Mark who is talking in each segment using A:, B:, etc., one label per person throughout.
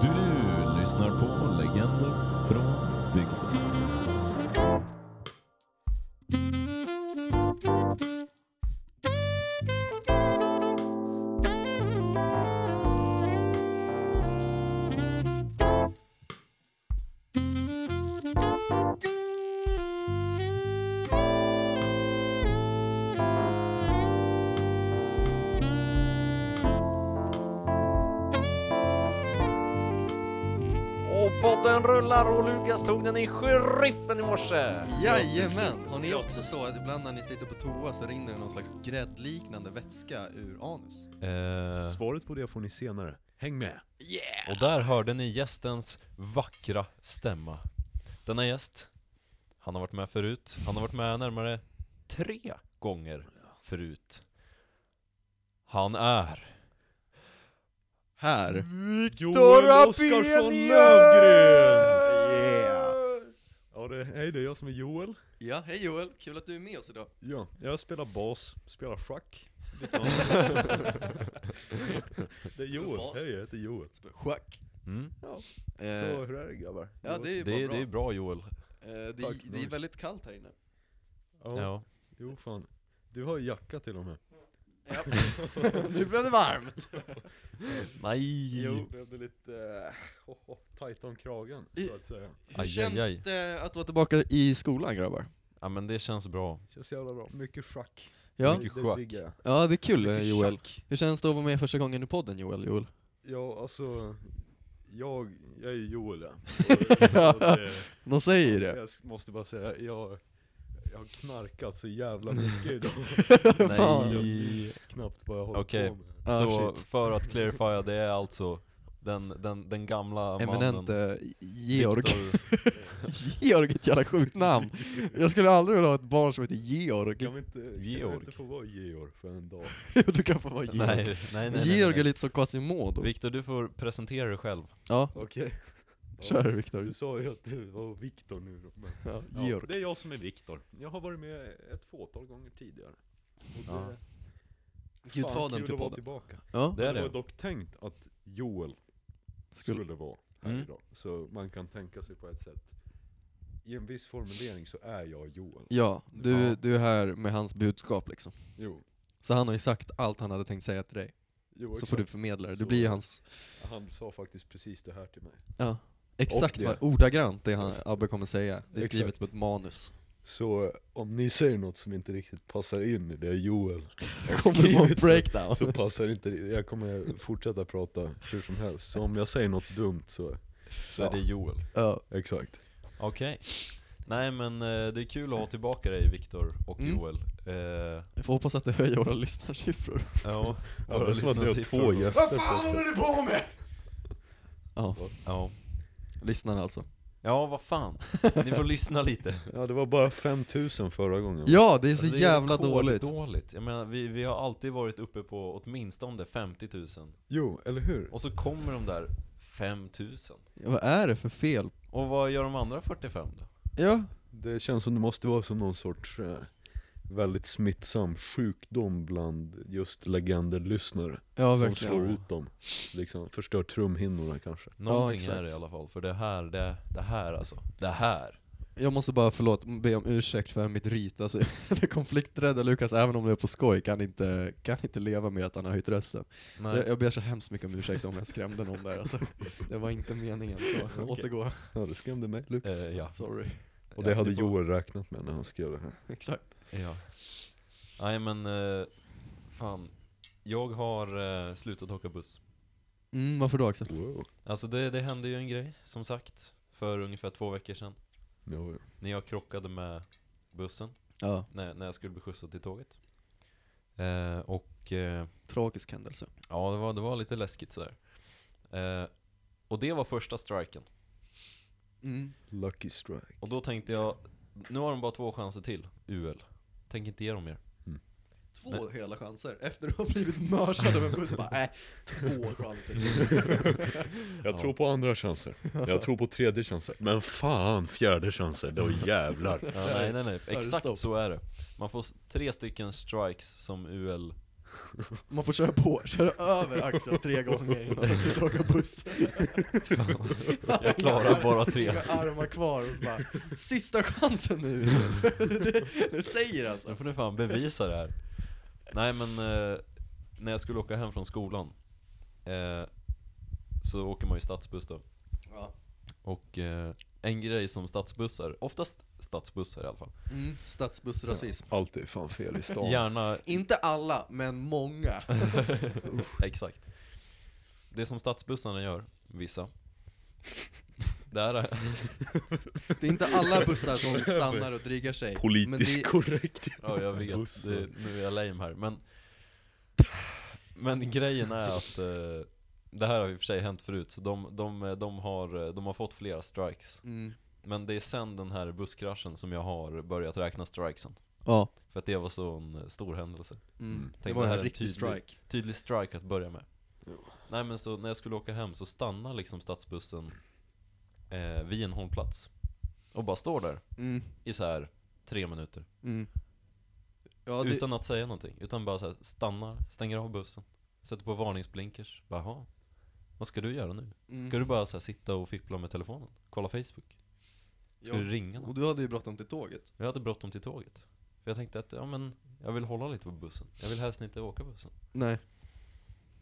A: Du lyssnar på Legender från bygden.
B: Och podden rullar och Lukas tog den i sheriffen i morse!
C: Jajamän! Har ni också så att ibland när ni sitter på toa så rinner det någon slags gräddliknande vätska ur anus?
A: Eh,
D: Svaret på det får ni senare. Häng med!
A: och där hörde ni gästens vackra stämma. Denna gäst, han har varit med förut. Han har varit med närmare tre gånger förut. Han är...
C: Här!
D: Joel Oskarsson Lövgren! Ja, det, hej det är jag som är Joel.
C: Ja, hej Joel! Kul att du är med oss idag!
D: Ja, jag spelar bas, spelar schack. det är Joel,
C: bas.
D: hej jag heter Joel.
C: Schack!
A: Mm.
D: Ja,
C: Eh,
D: så hur är det grabbar?
C: ja, det är ju
A: Det, är-
C: bara
A: det är
C: bra.
A: bra Joel.
C: Eh, det,
D: Tack,
C: är, det är
D: nice.
C: väldigt kallt här inne.
D: Ja,
A: Ja.
D: jo fan. Du har ju jacka till och med.
C: Ja. nu blev det varmt!
A: Nej!
D: Jo, blev det lite eh, oh, oh, tajt om kragen så att säga.
C: Hur
A: Aj,
C: känns
A: aj, aj.
C: det att vara tillbaka i skolan grabbar?
A: Ja men det känns bra.
D: Känns jävla bra, mycket schack.
C: Ja,
A: Mycket
D: Det- det
A: schack.
D: diggar jag.
C: ja det är kul eh, Joel.
D: Schack.
C: Hur känns det att vara med första gången i podden Joel? Joel?
D: Ja, alltså, jag, jag är ju Joel ja.
C: Ja.
D: Och det-
C: De säger ju det.
D: Jag måste bara säga, jag, jag har knarkat så jävla mycket idag.
C: Fan.
A: Nej!
D: Jag minns knappt vad jag håller
A: Okej.
D: på med.
C: Ah,
A: Så
C: shit.
A: för att clarifiera, det är alltså den, den, den gamla mannen.
C: Eminente eh, Georg.
A: Viktor-
C: Georg är ett jävla sjukt namn. Jag skulle aldrig vilja ha ett barn som heter Georg.
D: Kan vi inte, kan vi
A: Georg.
D: inte få vara Georg för en dag?
C: Du kan få vara Georg.
A: Nej, nej, nej, nej,
C: Georg är
A: nej.
C: lite som Quasimodo.
A: Viktor, du får presentera dig själv.
C: Ja,
D: Okej.
C: kör
D: Du
C: Viktor.
D: sa ju att du var Viktor nu då. Men,
C: Ja,
D: ja,
C: Georg.
D: Det är jag som är Viktor. Jag har varit med ett fåtal gånger tidigare. Och det
A: Ja.
D: är fan
C: Gudfadern
D: kul
C: till
D: att vara
C: podden.
D: tillbaka.
C: Ja,
A: Det är
D: det var
A: det.
D: dock tänkt att Joel skulle,
C: skulle...
D: vara här
A: Mm.
D: idag. Så man kan tänka sig på ett sätt. I en viss formulering så är jag Joel.
C: Ja, du,
A: Ja.
C: du är här med hans budskap liksom.
D: Jo.
C: Så han har ju sagt allt han hade tänkt säga till dig.
D: jo
C: Så får du
D: exakt.
C: förmedla det. Du
D: Så-
C: blir ju hans...
D: Han sa faktiskt precis det här till mig.
C: Ja. Exakt
D: det.
C: vad, ordagrant det han, Abbe kommer säga. Det är skrivet
D: Exakt.
C: på ett manus.
D: Så eh, om ni säger något som inte riktigt passar in i det Joel har
C: Kommer det vara en
D: skrivit så-
C: breakdown?
D: så passar det inte det- Jag kommer fortsätta prata hur som helst. Så om jag säger något dumt så,
A: Så är det Joel.
C: Ja.
D: exakt.
A: Okej. Nej men eh, det är kul att ha tillbaka dig Viktor och
C: Mm.
A: Joel. Eh,
C: Jag får hoppas att det höjer våra lyssnarsiffror.
A: ja,
D: Ja, det är som att ni har två
A: lyssnarsiffror.
D: gäster på ett sätt.
C: du på med? Ja,
A: Ja.
C: lyssnarna alltså.
A: ja, vad fan. Ni får lyssna lite.
D: Ja det var bara 5000 förra gången.
C: Ja, det är så
A: Alltså, det är
C: jävla
A: rekorddåligt.
C: dåligt.
A: Jag menar, vi, vi har alltid varit uppe på åtminstone 50 000.
D: Jo, eller hur?
A: Och så kommer de där 5 000.
C: Ja, vad är det för fel?
A: Och vad gör de andra 45 då?
C: Ja,
D: Det känns som det måste vara som någon sorts eh, väldigt smittsam sjukdom bland just legenderlyssnare.
C: ja
D: som
C: verkligen.
D: slår ut dem. Liksom förstör trumhinnorna kanske.
A: Någonting
C: exakt.
A: är det i alla fall, för det här, det, det här alltså, det här
C: Jag måste bara, förlåt, be om ursäkt för mitt ryt. Alltså, den konflikträdda Lukas, även om det är på skoj, kan inte, kan inte leva med att han har höjt rösten. Så jag,
A: Nej,
C: jag ber så hemskt mycket om ursäkt om jag skrämde någon där alltså. Det var inte meningen, så återgå.
D: Ja det skrämde mig Lukas.
A: eh, ja,
C: Sorry.
D: Och det
A: Ja,
D: hade
A: det får-
D: Joel räknat med när han skrev det här.
C: Exakt.
A: ja Nej men, eh, fan Jag har eh, slutat åka buss
C: Mm, varför då Axel?
D: Wow.
A: Alltså det, det hände ju en grej, som sagt För ungefär två veckor sedan
D: Ja, ja.
A: När jag krockade med bussen,
C: Ja,
A: när, när jag skulle bli skjutsad till tåget eh, Och, eh,
C: tragisk händelse.
A: ja det var, det var lite läskigt sådär eh, Och det var första striken
C: Mm.
D: Lucky strike.
A: Och då tänkte jag, nu har de bara två chanser till, UL Tänk inte ge dem mer
C: Två hela chanser, efter att ha blivit mörsad av en buss, bara äh, två chanser till.
D: Jag tror på andra chanser. Jag tror på tredje chanser. Men fan, fjärde chanser. Då jävlar.
A: Ja, nej, nej, nej.
C: det
A: Exakt
C: stopp.
A: så är det. Man får s- tre stycken strikes som UL
C: Man får köra på, köra över axeln tre gånger innan man slutar åka buss.
A: Jag klarar bara tre.
C: Jag har armar kvar och så bara, sista chansen nu! det, det säger alltså.
A: Nu får ni fan bevisa det här. Nej men, eh, när jag skulle åka hem från skolan eh, Så åker man ju stadsbuss då.
C: Ja.
A: Och eh, en grej som stadsbussar, oftast stadsbussar i alla fall,
C: Mm, stadsbussrasism.
D: Allt är fan fel i stan.
A: gärna
C: Inte alla, men många.
A: Exakt. Det som stadsbussarna gör, vissa. Där är,
C: Det är inte alla bussar som stannar och drygar sig. men
D: Politiskt
C: det,
D: korrekt.
A: ja jag vet,
D: Bussar.
A: det, nu är jag lame här men Men grejen är att eh, Det här har i och för sig hänt förut, så de, de, de, har, eh, de har fått flera strikes
C: mm,
A: Men det är sen den här busskraschen som jag har börjat räkna strikesen
C: ja.
A: För att det var så en stor händelse
C: Mm. Det
A: Tänk
C: var
A: det här
C: en
A: är en
C: riktig
A: tydlig-
C: strike.
A: Tydlig strike att börja med
D: Ja.
A: Nej men så när jag skulle åka hem så stannar liksom stadsbussen eh, Vid en hållplats Och bara står där
C: Mm,
A: i så här tre minuter
C: mm. Ja, det,
A: Utan att säga någonting, utan bara så här, stannar, stänger av bussen Sätter på varningsblinkers, bara "Jaha, vad ska du göra nu?
C: mm.
A: Ska du bara så här, sitta och fippla med telefonen? Kolla Facebook? Ska
C: Ja.
A: du ringa någon?
C: Och du hade ju bråttom till tåget.
A: Jag hade bråttom till tåget För jag tänkte att, ja men, jag vill hålla lite på bussen Jag vill helst inte åka bussen
C: Nej.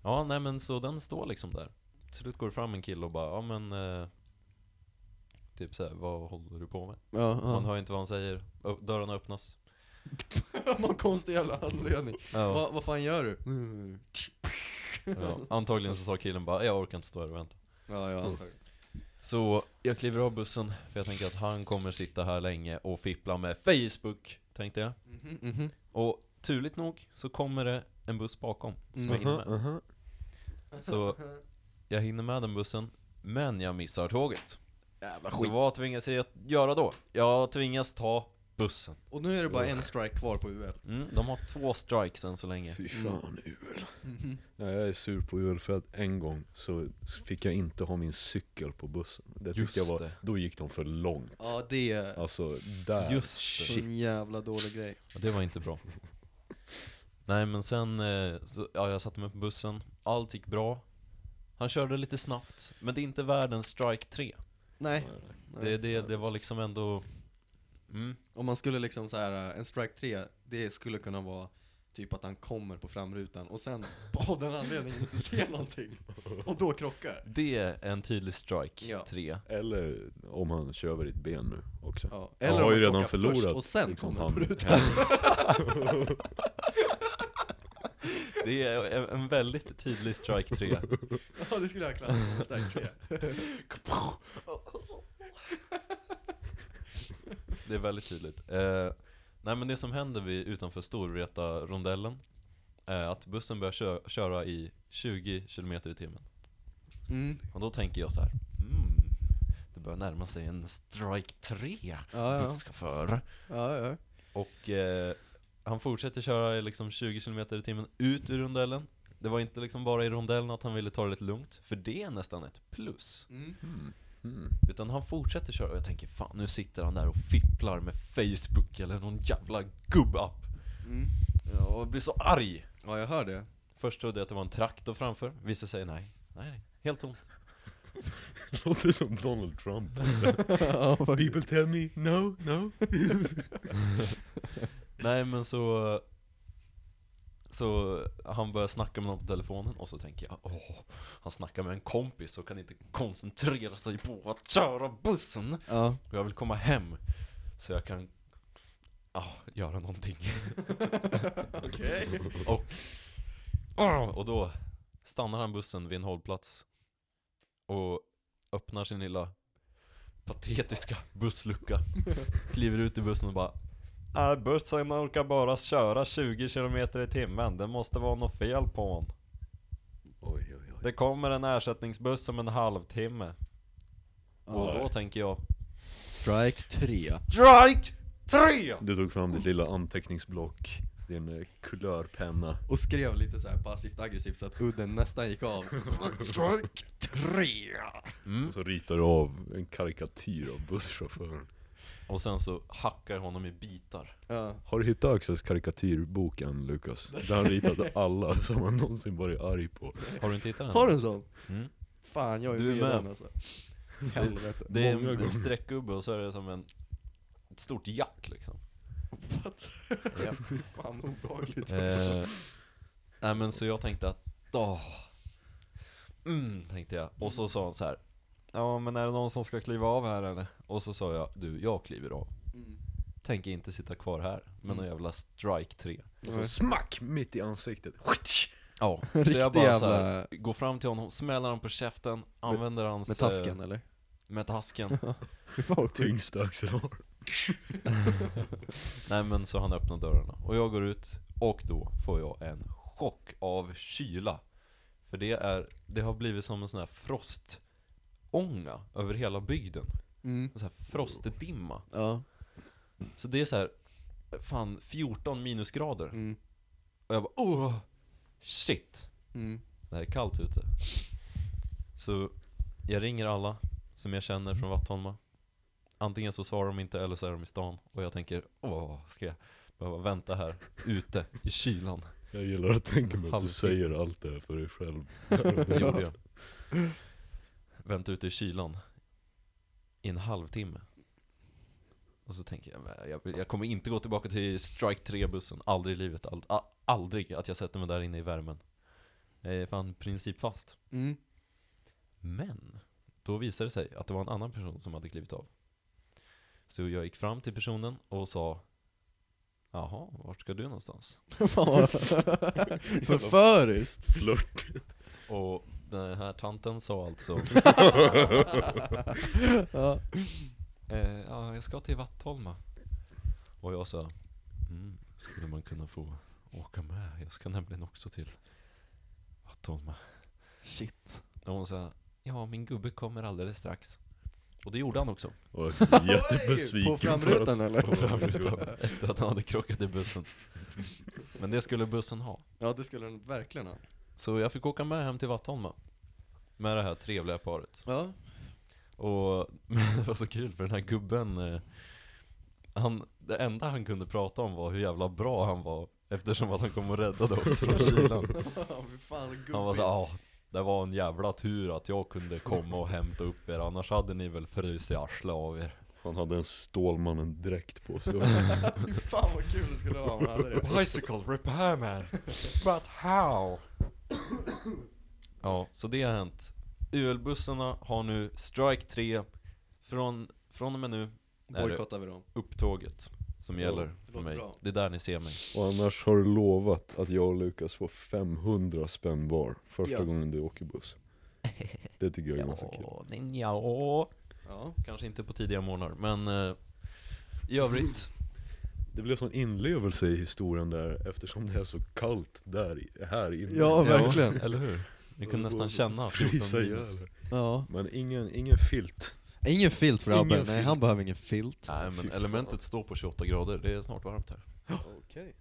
A: Ja, nej men så den står liksom där. Till slut går det fram en kille och bara, ja men eh, Typ såhär, vad håller du på med?
C: Ja,
A: Man
C: ja.
A: hör inte vad han säger, Ö- dörrarna öppnas
C: Någon konstig jävla anledning.
A: ja,
C: Vad- vad fan gör du?
D: Mm.
A: ja. Antagligen så sa killen bara, jag orkar inte stå här och vänta
C: Ja, ja
D: Mm.
C: antagligen.
A: Så jag kliver av bussen, för jag tänker att han kommer sitta här länge och fippla med Facebook Tänkte jag
C: Mhm, mhm.
A: Och turligt nog så kommer det en buss bakom, som jag hinner med
D: Aha,
A: Så jag hinner med den bussen, men jag missar tåget
C: Jävla
A: Så vad tvingas jag göra då? Jag tvingas ta bussen
C: Och nu är det bara en strike kvar på UL.
A: Mm, de har två strikes än så
D: aha.
A: länge.
D: Fy fan UL.
C: Mm-hmm.
D: Ja, Mm. jag är sur på UL för att en gång så fick jag inte ha min cykel på bussen. Det
A: Just
D: tyckte jag var,
A: det.
D: då gick de för långt.
C: Ja, det är
D: Alltså där.
A: Just det.
D: shit.
C: en jävla dålig grej.
A: Och Det var inte bra. Nej men sen, eh, så, ja jag satte mig på bussen, allt gick bra. Han körde lite snabbt, men det är inte världens strike 3.
C: Nej.
A: Det, det, det var liksom ändå... Mm,
C: Om man skulle liksom så här eh, en strike 3, det skulle kunna vara typ att han kommer på framrutan och sen av den anledningen inte ser någonting. Och då krockar.
A: det är en tydlig strike
C: Ja.
A: 3.
D: Eller om han kör över ditt ben nu också.
C: Ja.
D: Han
C: om
D: har ju
C: man
D: redan
C: krockar
D: förlorat,
C: först och sen
D: liksom,
C: kommer
D: han-
C: på rutan.
A: Det är en- en väldigt tydlig strike 3.
C: Ja, det skulle jag klassa som en strike 3.
A: Det är väldigt tydligt. Eh, nej men det som händer vid, utanför Storvreta-rondellen är att bussen börjar kö- köra i 20 km i timmen.
C: Mm.
A: Och då tänker jag så här. Mm, det börjar närma sig en strike 3
C: Ja, ja.
A: busschaufför.
C: Ja, ja.
A: Och eh, han fortsätter köra i liksom 20 km i timmen ut ur rondellen. Det var inte liksom bara i rondellen att han ville ta det lite lugnt, för det är nästan ett plus.
C: Mm.
D: Mm. Mm.
A: Utan han fortsätter köra och jag tänker fan nu sitter han där och fipplar med Facebook eller någon jävla gubbapp.
C: Mm.
A: Jag blir så arg!
C: Ja, jag hör det.
A: Först trodde jag att det var en traktor framför, vissa säger nej. Nej, nej. Helt tomt.
D: Låter som Donald Trump.
C: Ja, faktiskt.
D: People tell me no, no.
A: Nej men så Så han börjar snacka med någon på telefonen och så tänker jag Åh, han snackar med en kompis och kan inte koncentrera sig på att köra bussen
C: ja.
A: Och jag vill komma hem Så jag kan Ja, göra någonting
C: Okej.
A: Och Åh, Och då stannar han bussen vid en hållplats Och öppnar sin lilla patetiska busslucka Kliver ut ur bussen och bara "Äh, Nej, bussen orkar bara köra 20 km i timmen. Det måste vara något fel på hon.
D: Oj, oj, oj.
A: Det kommer en ersättningsbuss om en halvtimme. Och
D: Ja.
A: då tänker jag
C: Strike 3.
A: Strike 3!
D: Du tog fram ditt lilla anteckningsblock, din eh, kulörpenna.
C: Och skrev lite så här passivt aggressivt så att udden nästan gick av. Strike 3.
A: Mm.
D: Och så ritar du av en karikatyr av busschauffören.
A: Och sen så hackar jag honom i bitar.
C: Ja.
D: Har du hittat Axels karikatyrboken Lukas? Där han ritade alla som han någonsin varit arg på.
A: Har du inte hittat den?
C: Har du en sån?
A: Mm.
C: Fan, jag är
A: Du är
C: med i
A: med.
C: den alltså. Helvete.
A: Det är
D: Många
A: en,
D: gånger.
A: en streckgubbe och så är det som en, ett stort jack liksom.
C: What? Fy fan vad obehagligt.
A: Eh, nej men så jag tänkte att, åh. Mm, tänkte jag. Och så sa hon så här. Ja men är det någon som ska kliva av här eller? Och så sa jag, du jag kliver av.
C: Mm.
A: Tänker inte sitta kvar här med någon
C: Mm.
A: jävla strike 3.
D: Och så smack mitt i ansiktet.
A: Ja, så
C: Riktig
A: jag bara så här,
C: jävla-
A: går fram till honom, smäller honom på käften, använder hans...
C: Med tasken
A: Eh,
C: eller?
A: med tasken.
C: Fy fan vad sjukt.
D: Tyngsta Axel har.
A: Nej men så han öppnar dörrarna. Och jag går ut, och då får jag en chock av kyla. För det är, det har blivit som en sån här frostånga över hela bygden.
C: Mm.
A: En sån här frostdimma.
C: Ja.
A: Så det är så här, fan 14 minusgrader.
C: Mm.
A: Och jag bara åh, shit.
C: Mm.
A: Det här är kallt ute. Så jag ringer alla som jag känner från Vattholma. Antingen så svarar de inte eller så är de i stan. Och jag tänker, åh, ska jag behöva vänta här ute i kylan?
D: Jag gillar att tänka mig att du
A: Halvtid.
D: säger allt det här för dig själv.
A: Det gjorde jag. Vänta ute i kylan i en halvtimme. Och så tänker jag, "Men jag, jag kommer inte gå tillbaka till Strike 3-bussen. Aldrig i livet. Ald, a, aldrig att jag sätter mig där inne i värmen. Jag är fan principfast.
C: Mm.
A: Men då visade det sig att det var en annan person som hade klivit av. Så jag gick fram till personen och sa Jaha, vart ska du någonstans?
C: Fan vad förföriskt.
D: Flört.
A: Och den här tanten sa alltså
C: ja.
A: eh, Ja, jag ska till Vattholma. Och jag sa mm, Skulle man kunna få åka med? Jag ska nämligen också till Vattholma.
C: Shit.
A: Och hon sa Ja, min gubbe kommer alldeles strax. Och det gjorde han också.
D: Och Axel är
C: På
D: jättebesviken för att...
C: framrutan eller?
A: På framrutan. Efter att han hade krockat i bussen. Men det skulle bussen ha.
C: Ja det skulle den verkligen ha.
A: Så jag fick åka med hem till Vattholma Med det här trevliga paret
C: Ja.
A: Och men det var så kul för den här gubben eh, han, Det enda han kunde prata om var hur jävla bra han var Eftersom att han kom och räddade oss från kylan
C: Fy fan gubbig.
A: Han var så ah, det var en jävla tur att jag kunde komma och hämta upp er Annars hade ni väl frusit arslet av er
D: Han hade en Stålmannen-dräkt på sig också.
C: Fy fan vad kul det skulle vara om han hade det.
A: Bicycle repairman But how? Ja, så det har hänt UL-bussarna har nu strike 3 Från, från och med nu är det
C: Bojkottar vi dem.
A: upptåget som
D: Ja,
A: gäller
C: det
A: för
C: låter
A: mig
C: bra.
A: Det är där ni ser mig
D: Och annars har du lovat att jag och Lukas får 500 spänn var första
C: Ja.
D: gången du åker buss. Det tycker jag är ganska kul.
A: men ja.
C: Ja.
A: Kanske inte på tidiga morgnar, men eh, i övrigt
D: Det blev sån inlevelse i historien där eftersom det är så kallt där, i- här inne.
C: Ja, verkligen.
A: Eller hur? Ni kunde nästan känna 14
D: Frysa ihjäl.
A: minus
C: Ja.
D: Men ingen, ingen filt.
C: Ingen filt för
D: Ingen
C: Abbe. Nej
D: filt.
C: han behöver ingen filt.
A: Nej
D: Fy
A: men
D: fan.
A: elementet står på 28 grader, det är snart varmt här
D: Okej.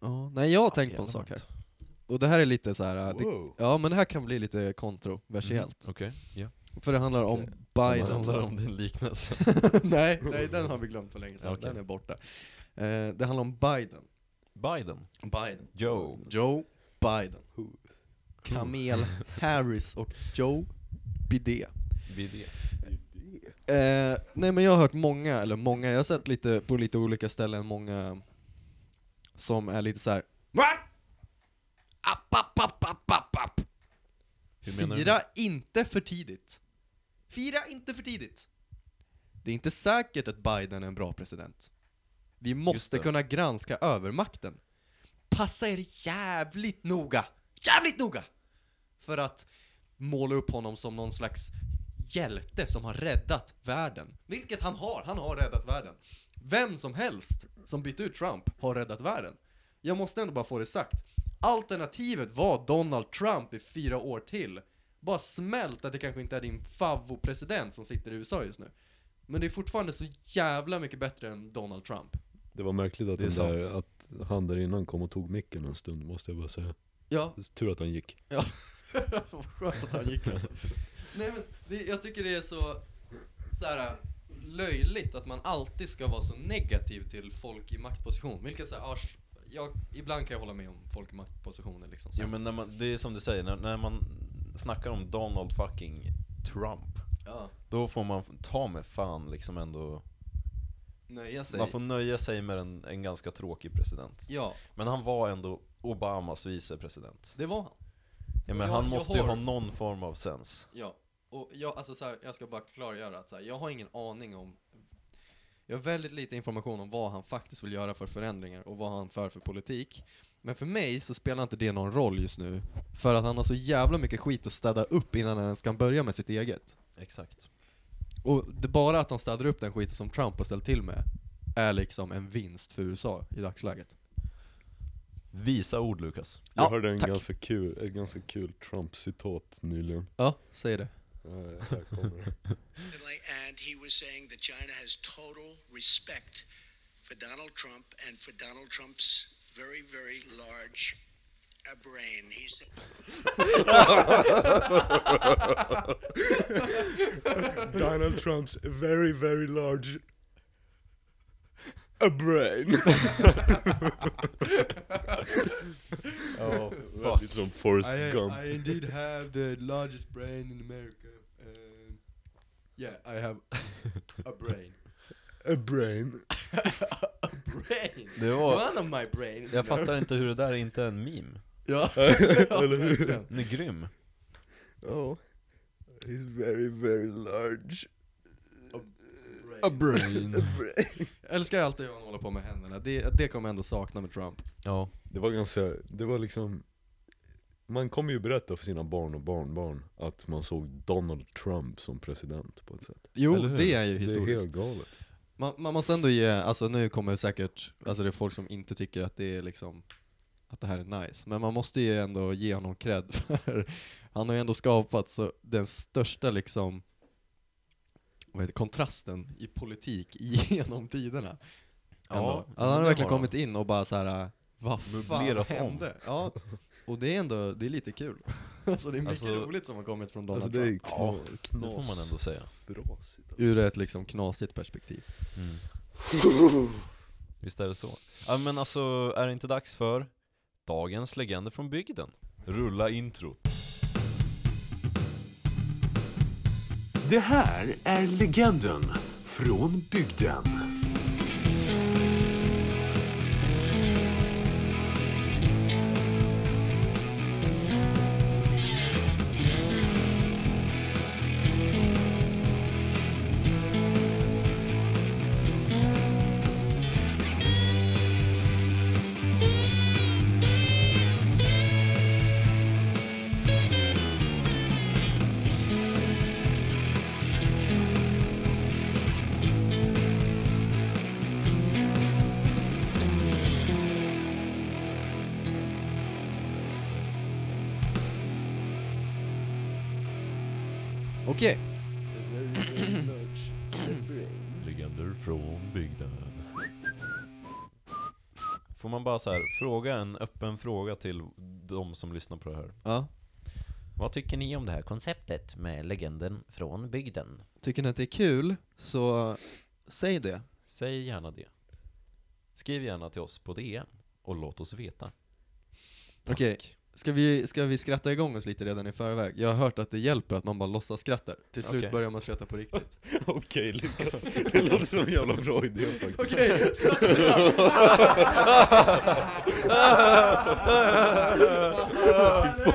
C: Ja. Nej jag har tänkt på en
A: Jävla
C: sak här.
A: varmt.
C: Och det här är lite så här. äh, Det,
D: Wow.
C: ja men det här kan bli lite kontroversiellt.
A: Okej, ja
C: För det handlar om Biden.
A: Det Mm. handlar om din liknelse
C: nej, nej den har vi glömt för länge sedan.
A: Okej.
C: Den är borta. Eh, det handlar om Biden.
A: Biden,
C: Biden.
A: Joe
C: Joe Biden. Kamel Harris och Joe Bidé.
A: BD
C: Eh, nej men jag har hört många, eller många, jag har sett lite på lite olika ställen många som är lite så här. Va? App, app, app, app, app, app.
A: Hur menar du?
C: Fira inte för tidigt. Fira inte för tidigt. Det är inte säkert att Biden är en bra president. Vi måste
A: det.
C: kunna granska övermakten. Passa er jävligt noga. Jävligt noga! För att måla upp honom som någon slags hjälte som har räddat världen. Vilket han har, han har räddat världen. Vem som helst som bytt ut Trump har räddat världen. Jag måste ändå bara få det sagt. Alternativet var Donald Trump i fyra år till. Bara smält att det kanske inte är din favvopresident som sitter i USA just nu. Men det är fortfarande så jävla mycket bättre än Donald Trump.
D: Det var märkligt att,
A: Det är
D: den där,
A: sant.
D: att han där innan kom och tog micken en stund, måste jag bara säga.
C: Ja,
D: Det är tur att han gick.
C: Ja, vad skönt att han gick alltså. Nej men det, jag tycker det är så, så här. löjligt att man alltid ska vara så negativ till folk i maktposition. Vilket så här, ah, sh- jag, ibland kan jag hålla med om folk i maktpositioner liksom.
A: Jo men när man, det är som du säger, när, när man snackar om Donald fucking Trump
C: ja,
A: Då får man f- ta med fan liksom ändå
C: nöja sig.
A: Man får nöja sig med en, en ganska tråkig president
C: Ja,
A: Men han var ändå Obamas vicepresident
C: det var han.
A: ja, men
C: Jag-
A: Han
C: jag
A: måste ju
C: har-
A: ha någon form av sens
C: Ja, och jag, alltså så här, jag ska bara klargöra att så här, jag har ingen aning om Jag har väldigt lite information om vad han faktiskt vill göra för förändringar och vad han för för politik Men för mig så spelar inte det någon roll just nu För att han har så jävla mycket skit att städa upp innan han ens kan börja med sitt eget
A: Exakt
C: Och det bara att han städar upp den skiten som Trump har ställt till med Är liksom en vinst för USA i dagsläget
A: Visa ord Lukas
D: Jag
C: Ja,
D: hörde en
C: tack.
D: ganska kul, ett ganska kul Trump-citat nyligen.
C: Ja, säg det
D: Eh, här kommer det.
E: And he was saying that China has total respect for Donald Trump and for Donald Trump's very, very large uh, brain. He said.
D: Donald Trumps very very large a brain.
A: oh,
D: Väldigt som Forrest Gump.
C: indeed have the largest brain in America eh, Yeah, I have a brain
D: A brain.
C: brain.
A: Det var,
C: One of my brains.
A: jag fattar Äh. inte hur det där inte är en meme
C: Ja.
D: Eller hur?
A: Den är grym
D: Oh. He's very very large.
C: A
A: brain
C: Jag älskar alltid vad han håller på med händerna. Det, det kommer jag ändå sakna med Trump.
A: Ja,
D: Det var ganska, det var liksom Man kommer ju berätta för sina barn och barnbarn att man såg Donald Trump som president på ett sätt.
C: Jo,
A: Eller hur?
C: det är ju
D: Det
C: historiskt.
D: är helt galet.
C: man, man måste ändå ge, alltså nu kommer säkert, alltså det är folk som inte tycker att det är liksom att det här är nice, men man måste ju ändå ge honom cred för han har ju ändå skapat så den största liksom vad heter, det, kontrasten i politik genom tiderna.
A: Ja,
C: Ändå.
A: men
C: han har
A: det har
C: verkligen
A: han.
C: kommit in och bara så här. vad fan
A: Möblerat om."
C: hände? Ja. Och det är ändå, det är lite kul. Alltså det är mycket
A: Alltså-
C: roligt som har kommit från Donald
D: Alltså det är
C: Trump.
A: Ja,
D: knas,
A: det får man ändå säga
D: Brasigt alltså.
C: Ur ett liksom knasigt perspektiv.
A: Visst är det så? Ja men alltså, är det inte dags för Dagens legender från bygden? Rulla intro
F: Det här är legenden från bygden.
C: Okej,
A: Legender från bygden Får man bara så här, fråga en öppen fråga till de som lyssnar på det här
C: ja.
A: Vad tycker ni om det här konceptet med legenden från bygden?
C: Tycker ni att det är kul, så säg det.
A: Säg gärna det Skriv gärna till oss på DM och låt oss veta Tack.
C: Okej. Ska vi, ska vi skratta igång oss lite redan i förväg? Jag har hört att det hjälper att man bara låtsas skrattar. Till slut
A: Okej.
C: börjar man skratta på riktigt.
D: Okej Lukas, det låter som en jävla bra idé faktiskt.
C: Okej, skratta
D: Åh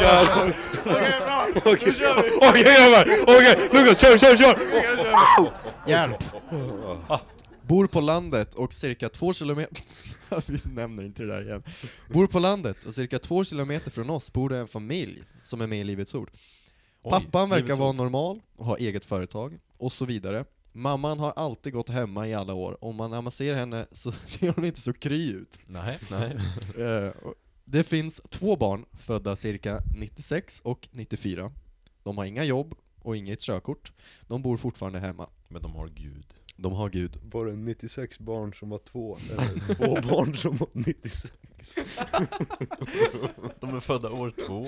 D: jävlar.
C: Okej, bra!
D: Okej okej, grabbar, okej Lukas kör kör kör!
C: Hjälp! Ah, Bor på landet och cirka två kilometer... vi nämner inte det där igen. Bor på landet och cirka två kilometer från oss bor det en familj som är med i Livets Ord.
A: Oj,
C: Pappan verkar
A: Livets
C: vara
A: Ord.
C: normal och ha eget företag och så vidare. Mamman har alltid gått hemma i alla år och man, när man ser henne så ser hon inte så kry ut.
A: Nej, nej
C: Eh, och Det finns två barn födda cirka 96 och 94. De har inga jobb och inget körkort. De bor fortfarande hemma.
A: Men de har gud
C: De har Gud.
D: Var det 96 barn som var två, eller två barn som var 96? sex.
A: De är födda år två.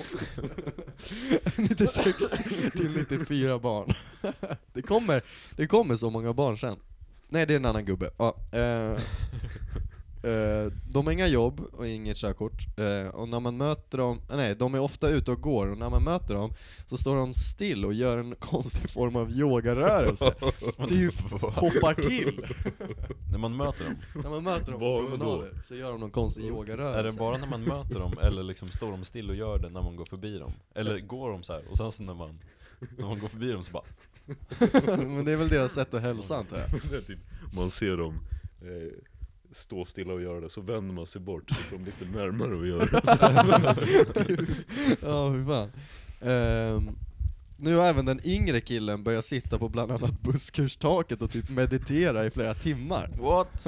C: 96 till 94 barn. Det kommer, det kommer så många barn sen. Nej, det är en annan gubbe. Ja, eh, eh, de har inga jobb och inget körkort. Eh, och när man möter dem, nej, de är ofta ute och går och när man möter dem så står de still och gör en konstig form av yogarörelse. typ hoppar till.
A: När man möter dem?
C: när man möter dem på
D: Vad då?
C: promenader så gör de någon konstig yogarörelse.
A: Är det bara när man möter dem, eller liksom står de still och gör det när man går förbi dem? Eller går de så här, och sen så när man, när man går förbi dem så bara
C: Men det är väl deras sätt att hälsa antar jag.
D: Det är typ, man ser dem eh, stå stilla och göra det, så vänder man sig bort, så står de lite närmare och gör det.
C: Alltså, ja, hur fan. Ehm, nu har även den yngre killen börjat sitta på bland annat busskurstaket och typ meditera i flera timmar.
A: What?